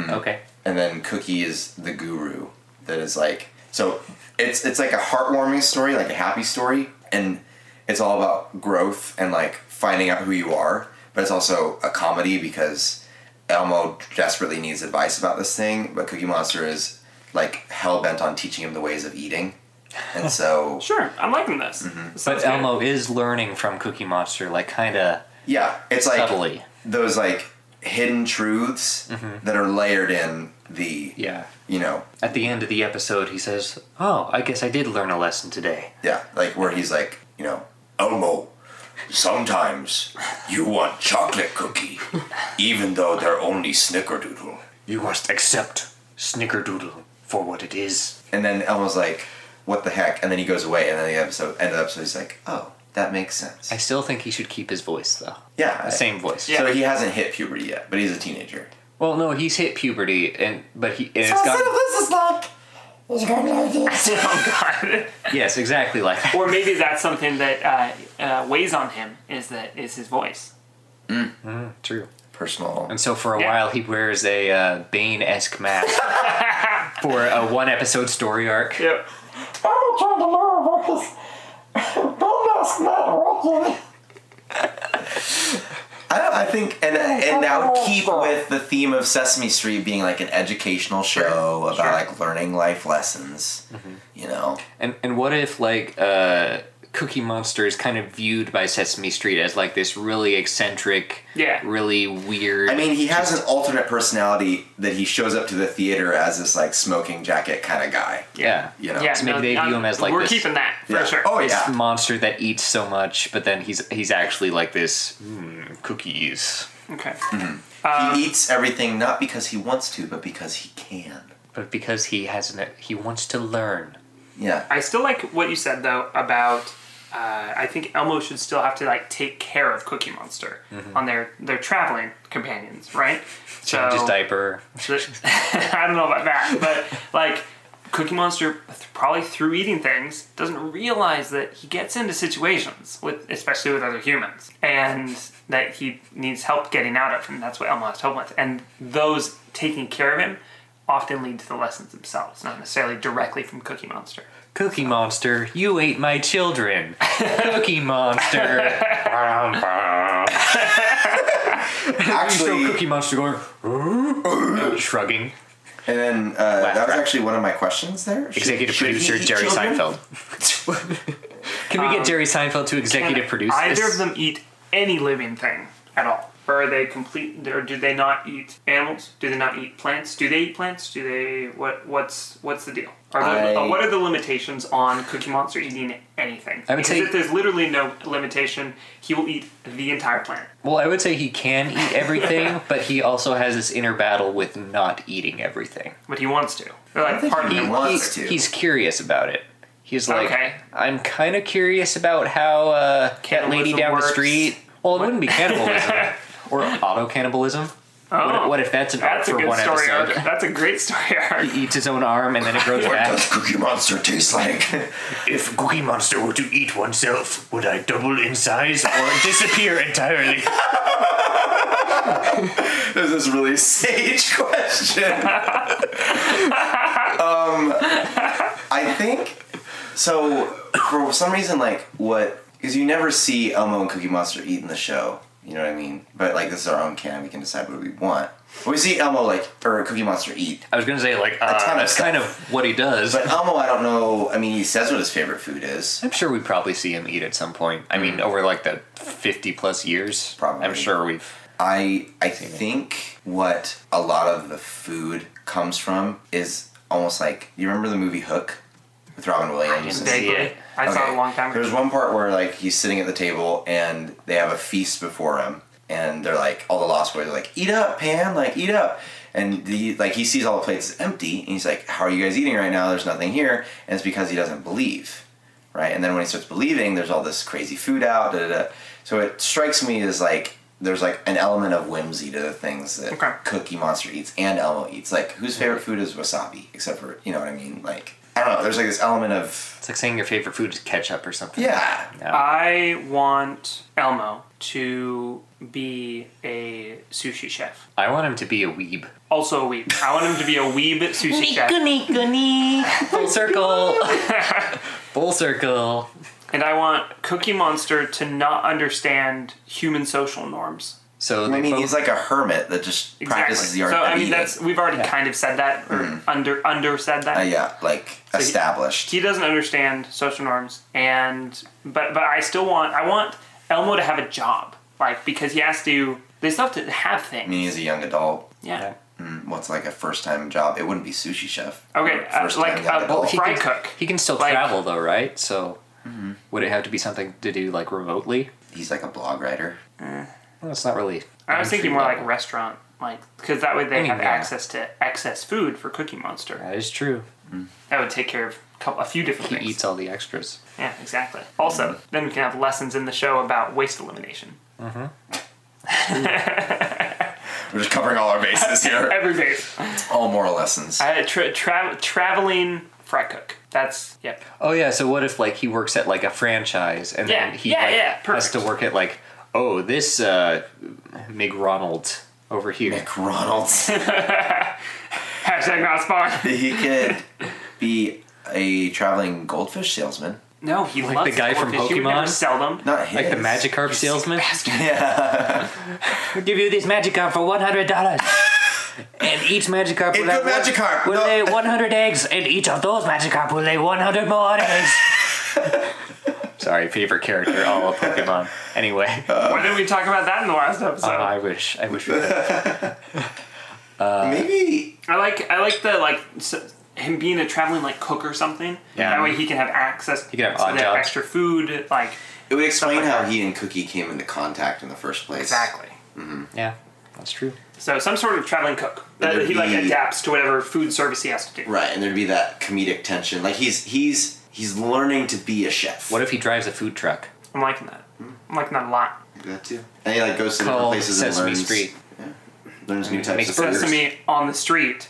vibe. Okay. And then Cookie is the guru that is like so. It's it's like a heartwarming story, like a happy story, and it's all about growth and like finding out who you are. But it's also a comedy because Elmo desperately needs advice about this thing, but Cookie Monster is like hell bent on teaching him the ways of eating, and so Sure, I'm liking this. This But sounds good. Elmo is learning from Cookie Monster, like kind of yeah, it's like subtly. Mm-hmm. those like hidden truths that are layered in the Yeah. you know At the end of the episode, he says, "Oh, I guess I did learn a lesson today." Yeah, like where he's like, you know, Elmo, sometimes you want chocolate cookie, even though they're only snickerdoodle. You must accept Snickerdoodle for what it is. And then Elmo's like, what the heck? And then he goes away, and then the episode ended up, so he's like, oh, that makes sense. I still think he should keep his voice though. yeah. I- The same voice. So he hasn't hit puberty yet, but he's a teenager. Well, no, he's hit puberty, and but he and it's So got some of this is like, he's gonna like this. oh god. yes, exactly like that. or maybe that's something that uh, uh, weighs on him is that is his voice. True. Personal. And so for a Yeah. while, he wears a uh, Bane-esque mask for a one-episode story arc. Yep. I'm trying to lower voice. Bulldogs not working. I, don't, I think, and, and that would keep with the theme of Sesame Street being like an educational show about Sure. like learning life lessons, Mm-hmm. you know? And and what if like uh, Cookie Monster is kind of viewed by Sesame Street as like this really eccentric, Yeah. really weird. I mean, he has an alternate personality that he shows up to the theater as this like smoking jacket kind of guy. yeah, You know, Yeah. So maybe they view I'm- him as like we're this- keeping that for Yeah. sure. Oh This yeah, monster that eats so much, but then he's he's actually like this hmm, cookies, Okay. Um, he eats everything not because he wants to, but because he can. but because he has an he wants to learn. Yeah, I still like what you said though about uh, I think Elmo should still have to like take care of Cookie Monster on their their traveling companions, right? Change his diaper. I don't know about that, but like Cookie Monster, th- probably through eating things, doesn't realize that he gets into situations with, especially with other humans, and that he needs help getting out of, and that's what Elmo has to help with. And those taking care of him often lead to the lessons themselves, not necessarily directly from Cookie Monster. Cookie Monster, you ate my children. Cookie Monster. Brum, brum. So Actually, Cookie Monster going shrugging. and then uh, that was track. actually one of my questions there. Should- Executive should he producer eat Jerry children? Seinfeld. Can we get Jerry Seinfeld to executive Um, Can produce Either this? of them eat any living thing at all? Or are they complete? Or do they not eat animals? Do they not eat plants? Do they eat plants? Do they what? What's what's the deal? Are the, I- uh, what are the limitations on Cookie Monster eating anything? I would because say- if there's literally no limitation, he will eat the entire planet. Well, I would say he can eat everything, but he also has this inner battle with not eating everything. But he wants to. Or like think part he of wants He- to. He's curious about it. He's like, Okay. I'm kind of curious about how uh, that lady Cannibalism down works. the street. Well, it wouldn't be cannibalism or auto cannibalism. What, what if that's an Oh. That's a arc for good one story arc. episode? That's a great story arc. He eats his own arm and then it grows What back. does Cookie Monster taste like? If Cookie Monster were to eat oneself, would I double in size or disappear entirely? This is really sage question. um, I think so. For some reason, like what? Because you never see Elmo and Cookie Monster eat in the show. You know what I mean? But like this is our own can. We can decide what we want. We see Elmo like or Cookie Monster eat. I was gonna say like ton uh, of that's stuff. kind of what he does. But Elmo, I don't know. I mean, he says what his favorite food is. I'm sure we probably see him eat at some point. I mean, over like the 50 plus years, Mm. Probably. I'm sure we've. I I think what a lot of the food comes from is almost like you remember the movie Hook with Robin Williams. didn't see Vaguely, it. I saw it a long time ago. There's one part where like he's sitting at the table and they have a feast before him, and they're like all the lost boys are like, "Eat up, Pan! Like eat up!" And the like he sees all the plates empty, and he's like, "How are you guys eating right now? There's nothing here," and it's because he doesn't believe, right? And then when he starts believing, there's all this crazy food out. Da, da, da. So it strikes me as like there's like an element of whimsy to the things that Okay. Mm-hmm. Cookie Monster eats and Elmo eats. Like whose favorite food is wasabi? Except for you know what I mean, like. I don't know. There's like this element of It's like saying your favorite food is ketchup or something. yeah, I want Elmo to be a sushi chef. I want him to be a weeb. also a weeb. I want him to be a weeb sushi chef. Full circle. Full circle. And I want Cookie Monster to not understand human social norms. So I they mean, both, he's like a hermit that just practices the art so of I mean eating. that's we've already kind of said that or under under said that. Uh, Mm-hmm. yeah, like established. He doesn't understand social norms and but but I still want I want Elmo to have a job. Like because he has to they still have to have I mean, things. he's a young adult. Yeah. Mm, What's like a first time job? It wouldn't be sushi chef. Okay, uh, First-time like young uh, adult. he, fry can, cook. he can still Like- travel though, right? So Mm-hmm. would it have to be something to do like remotely? He's like a blog writer. Well, it's not really. I was thinking entry more like level. restaurant, like because that way they mean, have yeah. access to excess food for Cookie Monster. That is true. That would take care of a, couple, a few different He things. eats all the extras. Yeah, exactly. Also, then we can have lessons in the show about waste elimination. We're just covering all our bases here. Every base. all moral lessons. Uh, tra- tra- traveling fry cook. That's yep. Oh yeah, so what if like he works at like a franchise and Yeah, then he yeah, like, yeah, has perfect. to work at like oh this uh McRonald's over here. McRonald's. Hashtag not spawn. he could be a traveling goldfish salesman. No, he Like loves the guy from goldfish. He would never Pokemon? sell them. Not his. like the Magikarp salesman. Yeah. We'll give you this Magikarp for one hundred dollars. And each Magikarp will, It's have a Magikarp, One, will no. lay 100 eggs, and each of those Magikarp will lay 100 more eggs. Sorry, favorite character, all of Pokemon. Anyway, Uh. Why didn't we talk about that in the last episode? I wish, I wish we could. Maybe. I like I like the like s- him being a traveling like cook or something. Yeah. That way he can have access can have to odd that jobs. extra food. Like It would explain how he and Cookie came into contact in the first place. exactly. Yeah, that's true. So some sort of traveling cook It that would he like be- adapts to whatever food service he has to do. Right, and there'd be that comedic tension. Like he's he's He's learning to be a chef. What if he drives a food truck? I'm liking that. I'm liking that a lot. that too? And he like goes to different Called places Sesame and learns, Street. learns new types Makes of burgers. Sesame on the street,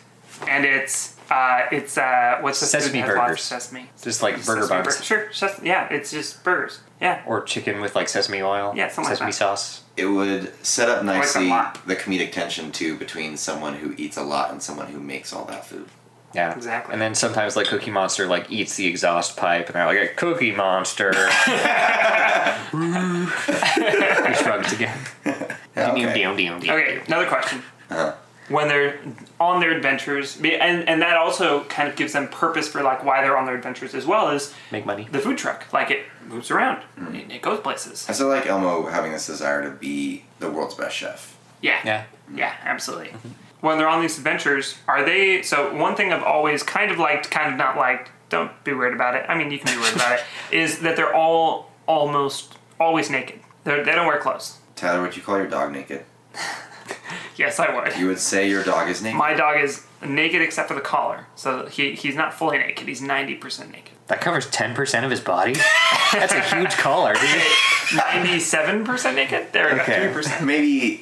and it's uh, it's uh, what's the food Sesame that has lots of burgers. Sesame. Just like burger Sesame buns. bur- Sure. ses- yeah, it's just burgers. Yeah. Or chicken with like sesame oil? Yeah, something like Sesame that. sauce. It would set up nicely lot. the comedic tension too between someone who eats a lot and someone who makes all that food. Yeah. Exactly. And then sometimes like Cookie Monster like eats the exhaust pipe and they're like a Cookie Monster. he shrugs again. Deum, okay. deum, deum, deum. Okay. Another question. When they're on their adventures, be- and and that also kind of gives them purpose for like why they're on their adventures as well as Make money. the food truck. Like it moves around. It, it goes places. I still like Elmo having this desire to be the world's best chef. Yeah. Yeah. Yeah, absolutely. When they're on these adventures, are they? So one thing I've always kind of liked, kind of not liked. Don't be weird about it. I mean, you can be weird about it. Is that they're all almost always naked. They're, they don't wear clothes. Tyler, would you call your dog naked? Yes, I would. You would say your dog is naked. My dog is naked except for the collar, so he, he's not fully naked. He's ninety percent naked. That covers ten percent of his body. That's a huge collar, dude. Ninety-seven percent naked. There we go. Okay. Three percent. Maybe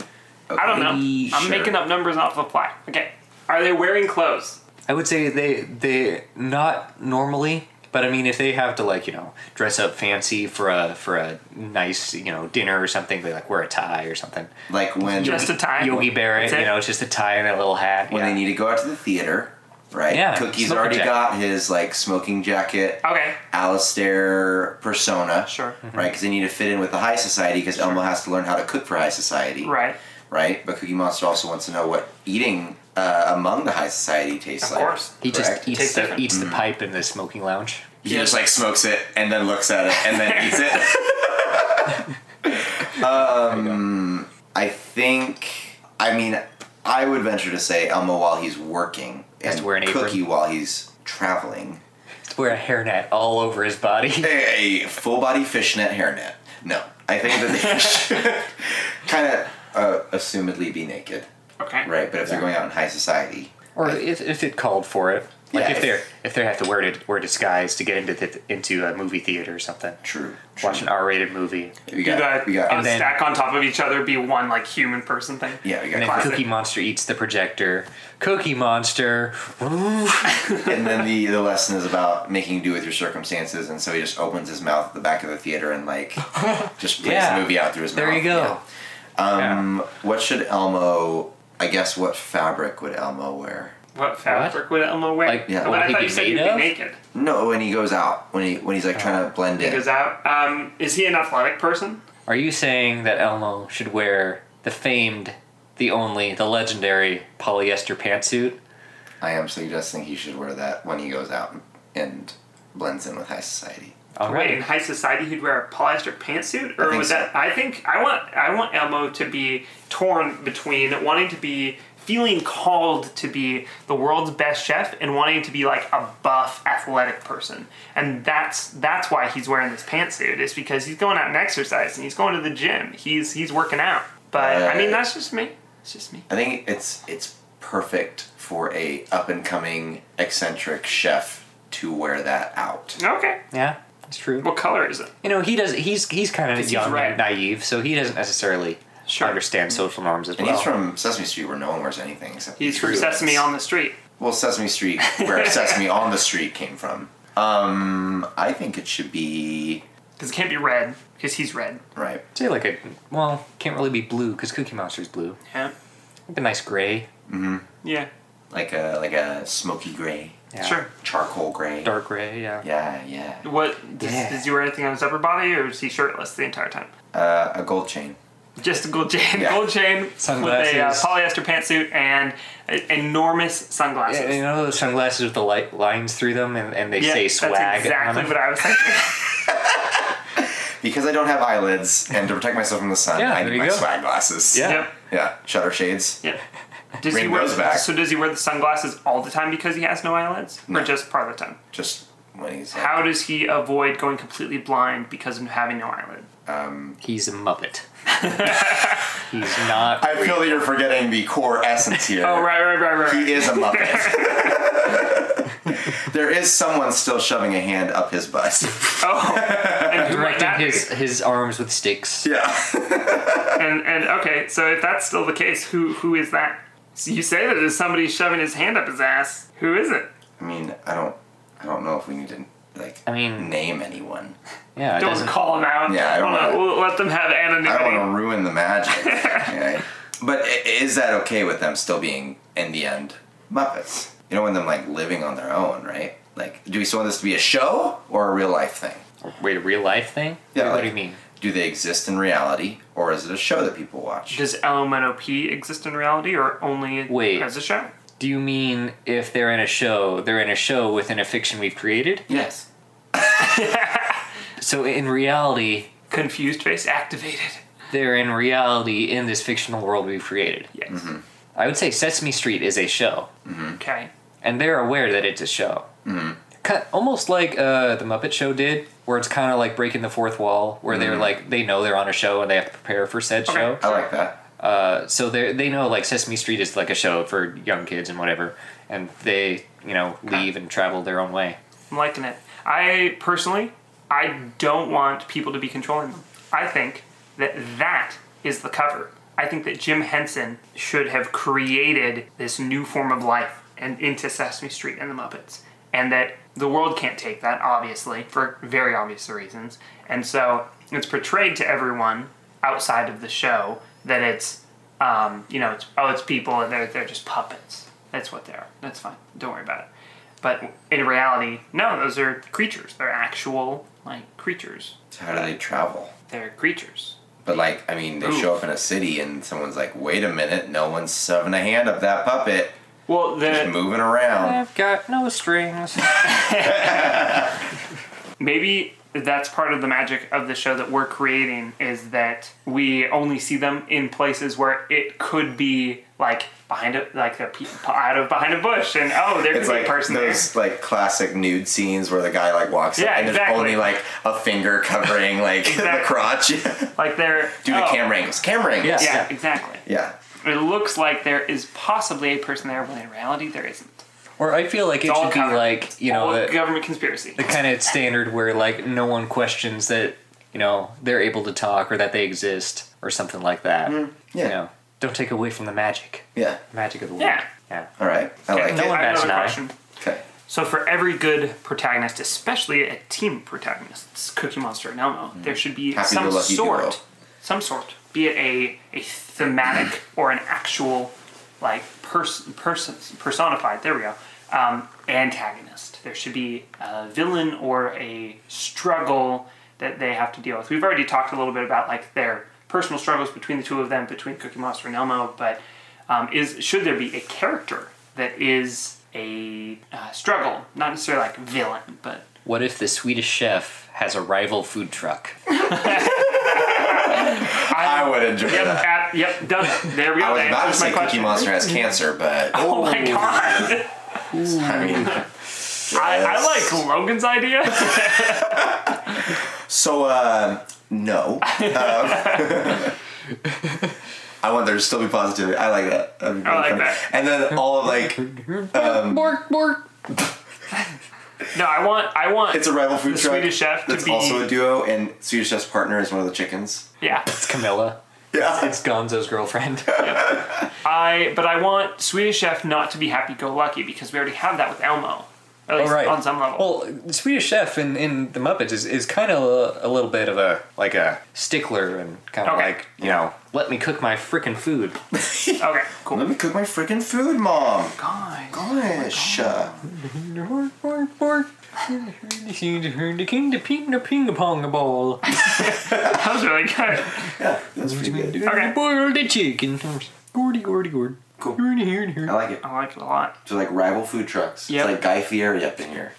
I don't know. Maybe- I'm sure. making up numbers off the fly. Okay. Are they wearing clothes? I would say they they not normally, but I mean if they have to like you know dress up fancy for a for a nice you know dinner or something, they like wear a tie or something. like when Just a tie. Yogi Berra, That's it. you know, it's just a tie and a little hat. when yeah. they need to go out to the theater, right? Yeah, Cookie's smoking already jacket. got his like smoking jacket. Okay. Alistair persona. Sure. Right, Mm-hmm. because they need to fit in with the high society because Elmo has to learn how to cook for high society. Right. Right? But Cookie Monster also wants to know what eating uh, among the high society tastes Of like. course. he correct? just eats Tastes the, different. eats the pipe in the smoking lounge. He just like smokes it and then looks at it and then eats it. um, I think, I mean, I would venture to say Elmo while he's working Has to and wear an apron. Cookie while he's traveling. Wear a hairnet all over his body. a, a full body fishnet hairnet. No, I think that they should kind of uh, assumedly be naked, Okay. right? But if they're going out in high society, or if, if it called for it. Like Yeah, if if- they're if they have to wear it wear disguise to get into the, into a movie theater or something. true. true. Watch an R rated movie. We do got, that we got, uh, And then- stack on top of each other be one like human person thing yeah, we And got. then class- Cookie Monster eats the projector. Cookie Monster. Ooh. and then the the lesson is about making do with your circumstances, and so he just opens his mouth at the back of the theater and like just plays Yeah. the movie out through his There mouth. you go. Oh, Yeah. Um, What should Elmo? I guess what fabric would Elmo wear? what fabric would Elmo wear Like, Yeah. but what I he'd thought be you said made he'd be of? naked No, when he goes out, when he when he's like trying to blend in. goes out um, is he an athletic person Are you saying that Elmo should wear the famed, the only, the legendary polyester pantsuit? I am suggesting he should wear that when he goes out and blends in with high society. All Wait, in right. high society he'd wear a polyester pantsuit or think was that I think I want I want Elmo to be torn between wanting to be feeling called to be the world's best chef and wanting to be like a buff athletic person and that's that's why he's wearing this pantsuit is because he's going out and exercising he's going to the gym he's he's working out but I mean Right. that's just me it's just me I think it's it's perfect for a up and coming eccentric chef to wear that out. okay Yeah, that's true. what color is it You know, he does. He's he's kind of young red. and naive, so he doesn't necessarily Sure. understand social norms as And well. he's from Sesame Street where no one wears anything except he's from True. Sesame on the Street Well, Sesame Street where Sesame on the Street came from. Um I think it should be because it can't be red because he's red right. Say like a well, can't really be blue because Cookie Monster's blue. yeah Like a nice gray, yeah Like a like a smoky gray, yeah. sure charcoal gray. dark gray. Yeah. Yeah, yeah. What does, Yeah. does he wear anything on his upper body, or is he shirtless the entire time? Uh, a gold chain. Just a gold chain, Yeah. gold chain with a uh, Sunglasses. polyester pantsuit and uh, enormous sunglasses. Yeah, you know those sunglasses with the light lines through them, and, and they Yeah, say that's swag. on exactly them? what I was thinking. Because I don't have eyelids and to protect myself from the sun, Yeah, I there need you my go. swag glasses. Yeah. yep, Yeah. Shutter shades. yep. Does Bring he wear those back. so? Does he wear the sunglasses all the time because he has no eyelids, or just part of the time? Just when he's like, How does he avoid going completely blind because of having no eyelid? He's a muppet. he's not. I feel that you're forgetting the core essence here. Oh right, right, right, right. He is a Muppet. There is someone still shoving a hand up his butt. Oh, and who might that Directing be? his his arms with sticks. Yeah. And and okay, so if that's still the case, who who is that? So you say that there's somebody shoving his hand up his ass. Who is it? I mean, I don't, I don't know if we need to like I mean- name anyone. Yeah, it Don't doesn't. call him out. Yeah, I don't Wanna- know. We'll let them have I don't anonymity. want to ruin the magic. okay? But i- is that okay with them still being in the end Muppets? You don't want them like living on their own, right? Like, do we still want this to be a show or a real life thing? Wait, a real life thing? Yeah, what like- do you mean? Do they exist in reality, or is it a show that people watch? Does LMNOP exist in reality, or only Wait. as a show? Do you mean if they're in a show, they're in a show within a fiction we've created? yes. So in reality, Confused face activated. they're in reality in this fictional world we've created. Yes. Mm-hmm. I would say Sesame Street is a show, Okay. and they're aware that it's a show. Ki- Almost like uh, the Muppet Show did, where it's kind of like breaking the fourth wall, where they're like they know they're on a show and they have to prepare for said Okay. show. I like that. Uh, so they they know like Sesame Street is like a show for young kids and whatever, and they you know leave and travel their own way. I'm liking it. I personally, I don't want people to be controlling them. I think that that is the cover. I think that Jim Henson should have created this new form of life and into Sesame Street and the Muppets, and that the world can't take that obviously for very obvious reasons. And so it's portrayed to everyone outside of the show that it's, um, you know, it's oh, it's people and they're they're just puppets. That's what they are. That's fine. Don't worry about it. But in reality, no, those are creatures. They're actual, like, creatures. So how do they travel? They're creatures. But like, I mean, they show up in a city, and someone's like, "Wait a minute! No one's shoving a hand up that puppet. Well, It's the, moving around." I've got no strings. maybe that's part of the magic of the show that we're creating is that we only see them in places where it could be, like, behind a, like, they're pe- out of behind a bush, and oh, there could It's be like a person there. those like classic nude scenes where the guy like walks Yeah, up and exactly. there's only like a finger covering like the Exactly. crotch. Do Like, they're. the oh, camera angles. Camera angles. Yes. Yeah, exactly. Yeah. It looks like there is possibly a person there, when in reality, there isn't. Or I feel like it It's all should be covered. like you know All the, government conspiracy. the kind of standard where like no one questions that you know they're able to talk or that they exist or something like that. Mm, yeah. You know, don't take away from the magic, Yeah. magic of the world. Yeah. yeah. All right. I like No it. one I have bats another an eye. question. Okay. So for every good protagonist, especially a team protagonist, it's Cookie Monster and Elmo, there should be Hmm. Happy some go lucky sort, duo. some sort, be it a, a thematic or an actual, like person person personified. There we go. Um, antagonist. There should be a villain or a struggle that they have to deal with. We've already talked a little bit about like their personal struggles between the two of them, between Cookie Monster and Elmo, but um, is should there be a character that is a uh, struggle, not necessarily like villain, but What if the Swedish chef has a rival food truck? I would enjoy yep, that. at, yep, done. it. There we go. I was That about to answers my say Cookie question. Monster has cancer, but Oh my god! I mean, I, I yes. like Logan's idea. So, uh, no. Um, I want there to still be positivity. I like that. That'd be I like funny. that. And then all of like, Bork, bork. No, I want, I want. it's a rival food The truck. Swedish Chef to That's be- also a duo, and Swedish Chef's partner is one of the chickens. yeah. It's Camilla. Yeah. It's Gonzo's girlfriend. I but I want Swedish Chef not to be happy-go-lucky because we already have that with Elmo, at least Oh, right. on some level. Well, Swedish Chef in, in the Muppets is, is kind of a, a little bit of a like a stickler and kind of Okay. like you know let me cook my frickin' food. okay, cool. Oh. Let me cook my freaking food, Mom. God. Gosh. uh, ping pong ball. That was really good. yeah, that's pretty good. Okay. Boiled the chicken. Gordy, gordy, gordy. Cool. here and I here. like it. I like it a lot. So like rival food trucks. Yep. It's like Guy Fieri up in here.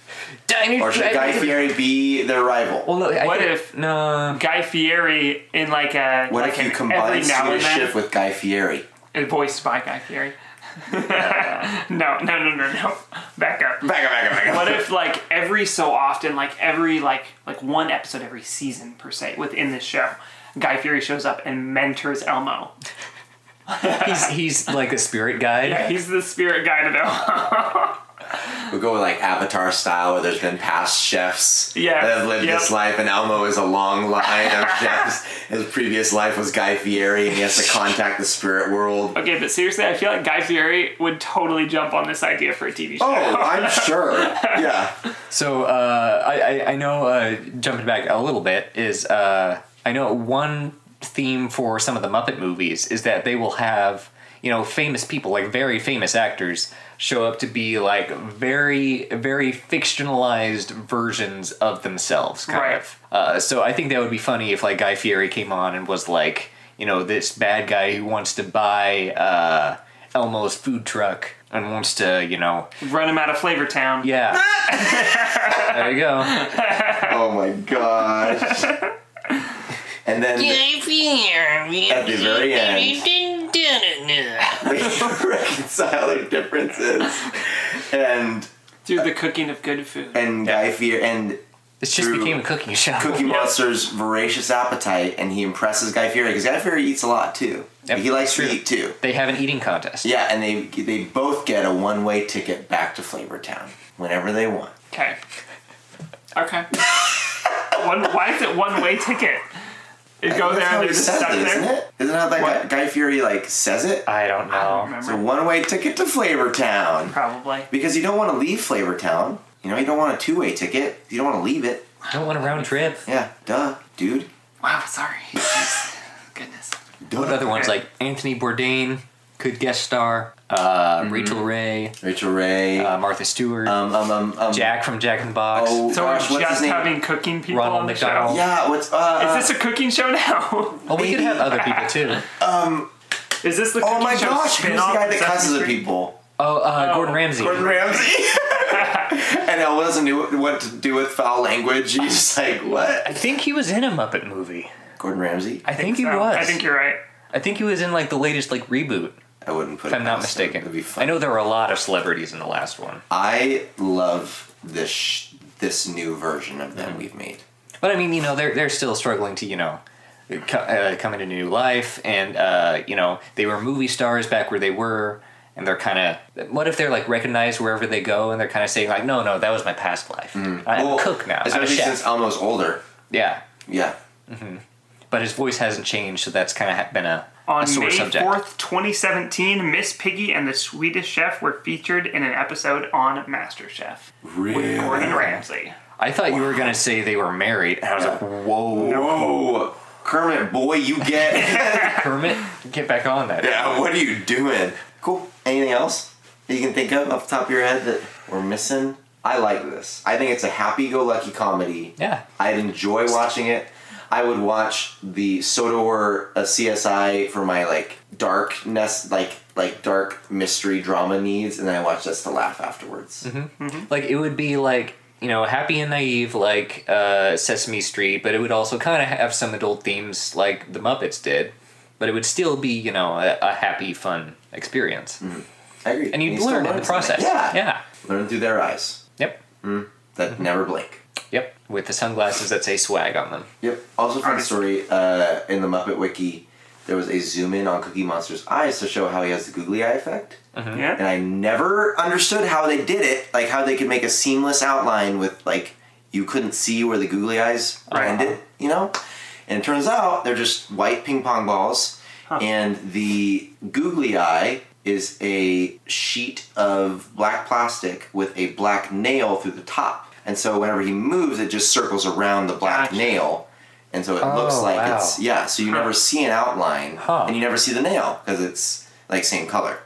Diner Or should Guy Fieri be their rival? Well, no, I What think- if- No. Guy Fieri in like a what like if you an combine every now Swedish and then, Chef with Guy Fieri? and voiced by Guy Fieri. no, no, no, no, no. Back up. Back up, back up, back up. What if like every so often, like every like like one episode every season per se within this show, Guy Fieri shows up and mentors Elmo. He's, he's like a spirit guide. He's the spirit guide of Elmo. we go with like Avatar style, where there's been past chefs Yeah. that have lived Yep. this life, and Elmo is a long line of chefs. His previous life was Guy Fieri, and he has to contact the spirit world. Okay, but seriously, I feel like Guy Fieri would totally jump on this idea for a TV show. Oh, I'm sure. Yeah. So uh, I, I I know uh, jumping back a little bit is uh, I know one theme for some of the Muppet movies is that they will have you know famous people like very famous actors show up to be like very very fictionalized versions of themselves kind Right. of. Uh, so I think that would be funny if like Guy Fieri came on and was like you know this bad guy who wants to buy uh, Elmo's food truck and wants to you know Oh. Run him out of Flavor Town. yeah. there you go. Oh my gosh. And then at the very end, they reconcile their differences, and Through the cooking of good food. and Guy Fieri and This just True. became a cooking show. Cookie Monster's voracious appetite, and he impresses Guy Fieri because Guy Fieri eats a lot too. Yep, he likes true. to eat too. They have an eating contest. Yeah, and they they both get a one way ticket back to Flavortown whenever they want. Okay. Okay. one, why is it one way ticket? You go there how he and they're just says stuck it, there. isn't it? Isn't that like Guy, Guy Fieri like says it? I don't know. It's a Remember? one way ticket to Flavortown Probably. because you don't want to leave Flavortown. You know, you don't want a two way ticket. You don't want to leave it. I don't want a round trip. Yeah, duh, dude. Wow, sorry. Jeez. Goodness. What other ones like Anthony Bourdain could guest star, uh, Rachel Ray, Rachel Ray. uh, Martha Stewart, um, um, um, um, Jack from Jack in the Box. Oh So gosh, we're what's his just name? having cooking people Ronald on the McDonald. show. yeah, what's uh? Is this a cooking show now? well, Oh, we could have other people too. Is this the cooking Oh my show gosh, who's the spin-off guy of that Sesame cusses at Street? people? Oh, uh, Oh, Gordon Ramsay. Gordon Ramsay. and El doesn't know what to do with foul language. He's just like, I what? think he was in a Muppet movie. Gordon Ramsay? I think, he No, was. I think you're right. I think he was in like the latest like reboot, I wouldn't put if it I'm not past him. It'd be mistaken. fun. I know there were a lot of celebrities in the last one. I love this sh- this new version of Mm-hmm. them we've made. But I mean, you know, they're they're still struggling to you know co- uh, come into new life, and uh, you know they were movie stars back where they were, and they're kind of what if they're like recognized wherever they go, and they're kind of saying like, no, no, that was my past life. I'm Mm-hmm. Well, a cook now. I'm a Especially chef. since Elmo's older. yeah, Yeah. but his voice hasn't changed, so that's kind of been a, On a sore May subject. 4th, 2017, Miss Piggy and the Swedish Chef were featured in an episode on MasterChef with Gordon Ramsay. I thought you were gonna say they were married, and I was like, whoa, Whoa. Kermit, boy, you get. Kermit, get back on that. yeah, what are you doing? Cool. Anything else that you can think of off the top of your head that we're missing? I like this. I think it's a happy go lucky comedy. Yeah. I'd enjoy watching it. I would watch the uh, Soda or a CSI for my like darkness, like like dark mystery drama needs, and then I watch this to laugh afterwards. Mm-hmm. like it would be like you know happy and naive like uh, sesame street but it would also kind of have some adult themes like the muppets did but it would still be you know a, a happy fun experience I agree. and you'd Mm-hmm. you still learn in the something. process Yeah. yeah Mm-hmm. Learn through their eyes yep that never blink. yep with the sunglasses that say swag on them Yep. Also, fun Artist. story uh, in the Muppet Wiki, there was a zoom in on Cookie Monster's eyes to show how he has the googly eye effect. Uh-huh. Yeah? And I never understood how they did it, like how they could make a seamless outline with, like, you couldn't see where the googly eyes Right. ended, you know? And it turns out they're just white ping pong balls, and the googly eye is a sheet of black plastic with a black nail through the top. And so whenever he moves, it just circles around the black Gotcha. nail. And so it looks Oh, like wow. it's, yeah, so you never see an outline, Huh. and you never see the nail because it's like same color.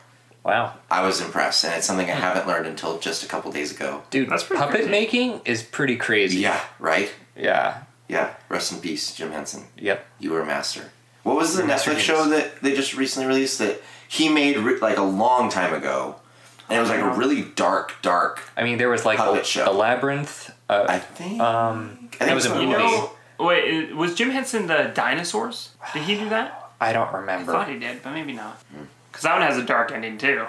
wow I was impressed, and it's something I Hmm. haven't learned until just a couple days ago. dude That's pretty puppet crazy. making is pretty crazy Yeah, right? yeah Yeah. Rest in peace, Jim Henson. yep You were a master. What was the master Netflix genius. show that they just recently released that he made re- like a long time ago? And it was Uh-huh. like a really dark, dark. i mean there was like Puppet the, show. the labyrinth uh, I think. Um, I think that was a so. movie. You know, wait, was Jim Henson the dinosaurs? Did he do that? i don't I remember thought he did, but maybe not. Hmm. Because that one has a dark ending too.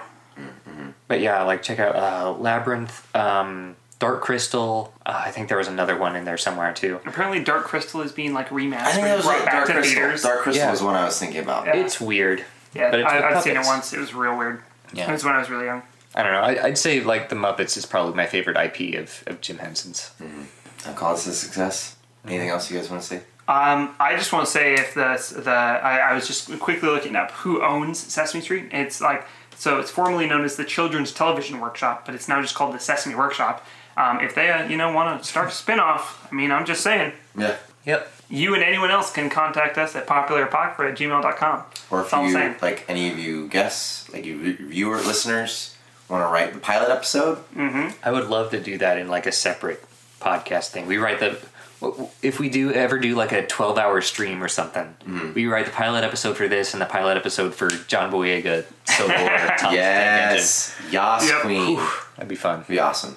But yeah, like check out uh, Labyrinth, um, Dark Crystal. Uh, I think there was another one in there somewhere too. Apparently, Dark Crystal is being like remastered, I think that was brought like back Dark to Crystal. theaters. Dark Crystal Yeah. was one I was thinking about. Yeah. It's weird. yeah, but it's with I, I've seen it puppets. once. It was real weird. Yeah. It was when I was really young. I don't know. I, I'd say like the Muppets is probably my favorite IP of, of Jim Henson's. Hmm. I'll call this a success. Mm-hmm. Anything else you guys want to say? Um, I just want to say if the the I, I was just quickly looking up who owns Sesame Street. It's like so it's formerly known as the Children's Television Workshop, but it's now just called the Sesame Workshop. Um, if they uh, you know want to start a spin-off, I mean I'm just saying Yeah. Yep. you and anyone else can contact us at popularpopper at gmail.com. Or if That's all I'm you saying. like any of you guests, like you viewer listeners, want to write the pilot episode, I would love to do that in like a separate podcast thing. We write the if we do ever do like a 12 hour stream or something, Hmm. we write the pilot episode for this and the pilot episode for John Boyega solo or Tom's yes, Yas Yep. Queen, That'd be fun. be awesome.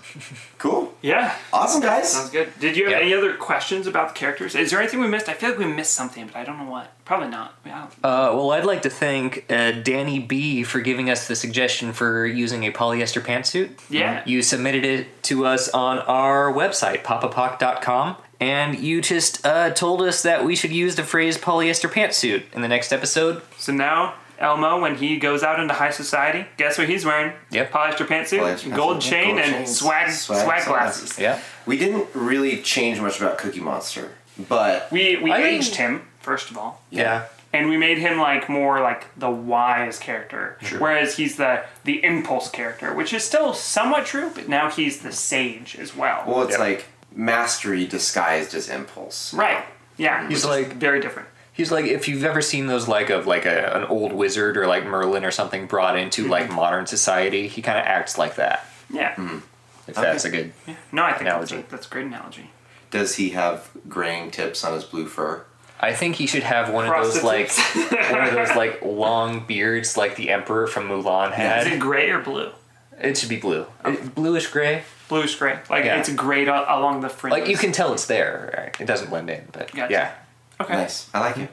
Cool, yeah. awesome Sounds guys. good. Did you have Yeah. any other questions about the characters? Is there anything we missed? I feel like we missed something, but I don't know what. Probably not. I mean, I don't- Uh, well, I'd like to thank uh, Danny B for giving us the suggestion for using a polyester pantsuit. Um, Yeah. You submitted it to us on our website, papapoc.com, and you just uh, told us that we should use the phrase polyester pantsuit in the next episode. So now Elmo, when he goes out into high society, guess what he's wearing? Yep. Polyester pantsuit, Polyester pantsuit, gold yeah, chain, gold and chains, swag swag swag, glasses. glasses. Yeah. We didn't really change much about Cookie Monster, but We we I mean- aged him first of all, Yeah. and we made him like more like the wise character, whereas he's the the impulse character, which is still somewhat true, but now he's the sage as well. well, it's Yeah. like mastery disguised as impulse. right? Yeah, He's which is like- very different. He's like if you've ever seen those like of like a, an old wizard or like Merlin or something brought into like modern society, he kind of acts like that. Yeah. Hmm. If that's a good. No, I think that's a, Analogy. that's a great analogy. Does he have graying tips on his blue fur? I think he should have one of those like one of those like long beards like the emperor from Mulan Is it had. gray or blue? It should be blue, Oh. It- bluish gray. Bluish gray. Like Yeah. it's grayed a- along the fringe. Like you can tell it's there. Right? It doesn't blend in, but Gotcha. yeah, Okay. Nice, I like it.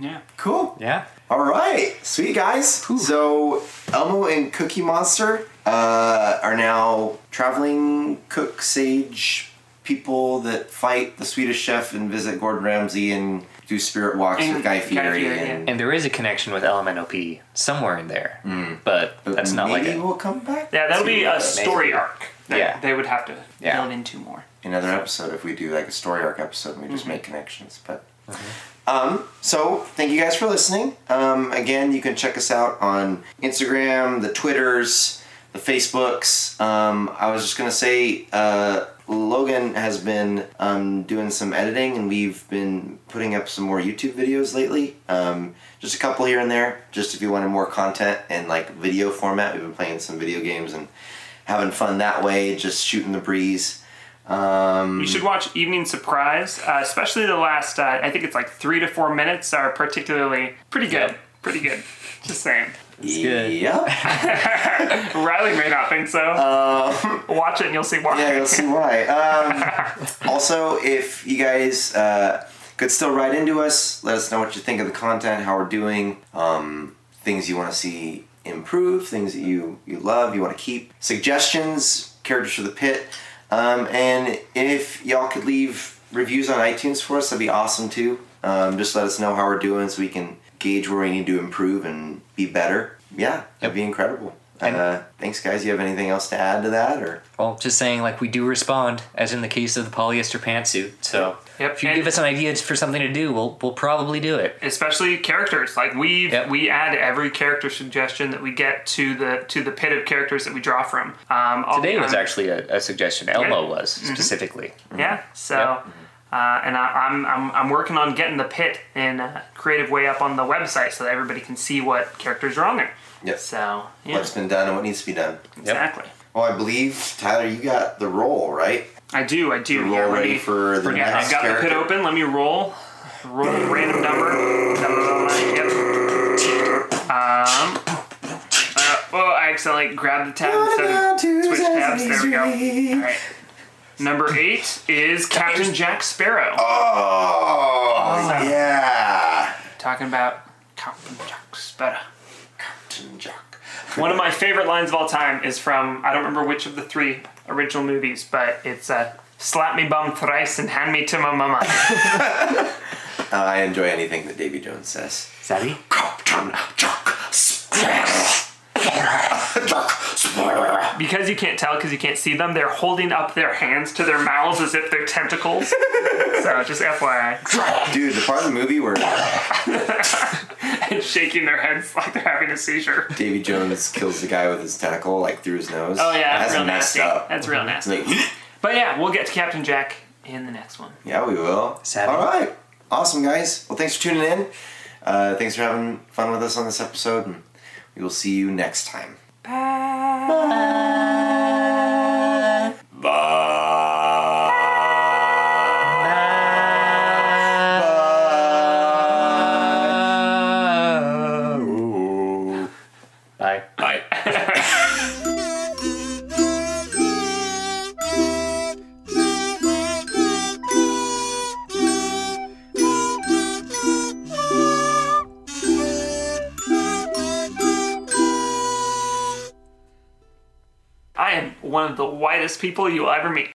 Yeah. Cool. yeah. All right, sweet guys. So Elmo and Cookie Monster uh, are now traveling cook sage people that fight the Swedish Chef and visit Gordon Ramsay and do spirit walks And with Guy Guy Fieri. Fieri, and, And there is a connection with LMNOP somewhere in there, Hmm. but Uh, but that's not like maybe it. we'll come back. Yeah, that'll to be a it. story arc. That Yeah. They would have to Yeah. build into more. another episode if we do like a story arc episode and we just make connections but um, so thank you guys for listening um, again you can check us out on instagram the twitters the facebooks um, i was just going to say uh, logan has been um, doing some editing and we've been putting up some more youtube videos lately um, just a couple here and there just if you wanted more content in like video format we've been playing some video games and having fun that way just shooting the breeze Mm. um, You should watch Evening Surprise, uh, especially the last, uh, I think it's like three to four minutes are particularly pretty good. Pretty good. Just saying. good. Yeah. Riley may not think so. Watch it and you'll see why. Yeah, you'll see why. Um, also, if you guys uh, could still write into us, let us know what you think of the content, how we're doing, um, things you want to see improve, things that you, you love, you want to keep, suggestions, characters for the pit. Um, and if y'all could leave reviews on iTunes for us, that'd be awesome too. Um, just let us know how we're doing so we can gauge where we need to improve and be better. Yeah, that'd be incredible. Uh, thanks, guys. You have anything else to add to that, or Well, just saying, like, we do respond, as in the case of the polyester pantsuit. So, Yep, if you and- give us an idea for something to do, we'll, we'll probably do it. especially characters like we Yep. we add every character suggestion that we get to the to the pit of characters that we draw from um I'll Today be was on- actually a, a suggestion. Elmo Yeah. Mm-hmm. was, specifically. yeah so Yep. uh, and I, I'm, I'm I'm working on getting the pit in a creative way up on the website so that everybody can see what characters are on there Yep. so yeah what's been done and what needs to be done. exactly Well, I believe Tyler, you got the role right. I do I do The Yeah, role let ready me- for the yeah next I've got character. the pit open let me roll roll a random number yep um uh, well I accidentally grabbed the tab instead of Switch tabs. There we go. All right. Number eight is Captain Jack Sparrow. Oh, yeah. Talking about Captain Jack Sparrow. Captain Jack. One of my favorite lines of all time is from I don't remember which of the three original movies, but it's uh, "Slap me bum thrice and hand me to my mama." Uh, I enjoy anything that Davy Jones says. Savvy? Captain Jack. Sparrow. book. Spoiler. Because you can't tell, because you can't see them, they're holding up their hands to their mouths as if they're tentacles. so just FYI, Dude, the part of the movie where and shaking their heads like they're having a seizure. Davy Jones kills the guy with his tentacle like through his nose. Oh yeah, that's, that's real messed nasty. up. That's real It's nasty. like, But yeah, we'll get to Captain Jack in the next one. yeah, we will. Savage. All right, awesome guys. Well, thanks for tuning in. Uh, thanks for having fun with us on this episode, and we will see you next time. Oh. Bye. Bye. I am one of the whitest people you will ever meet.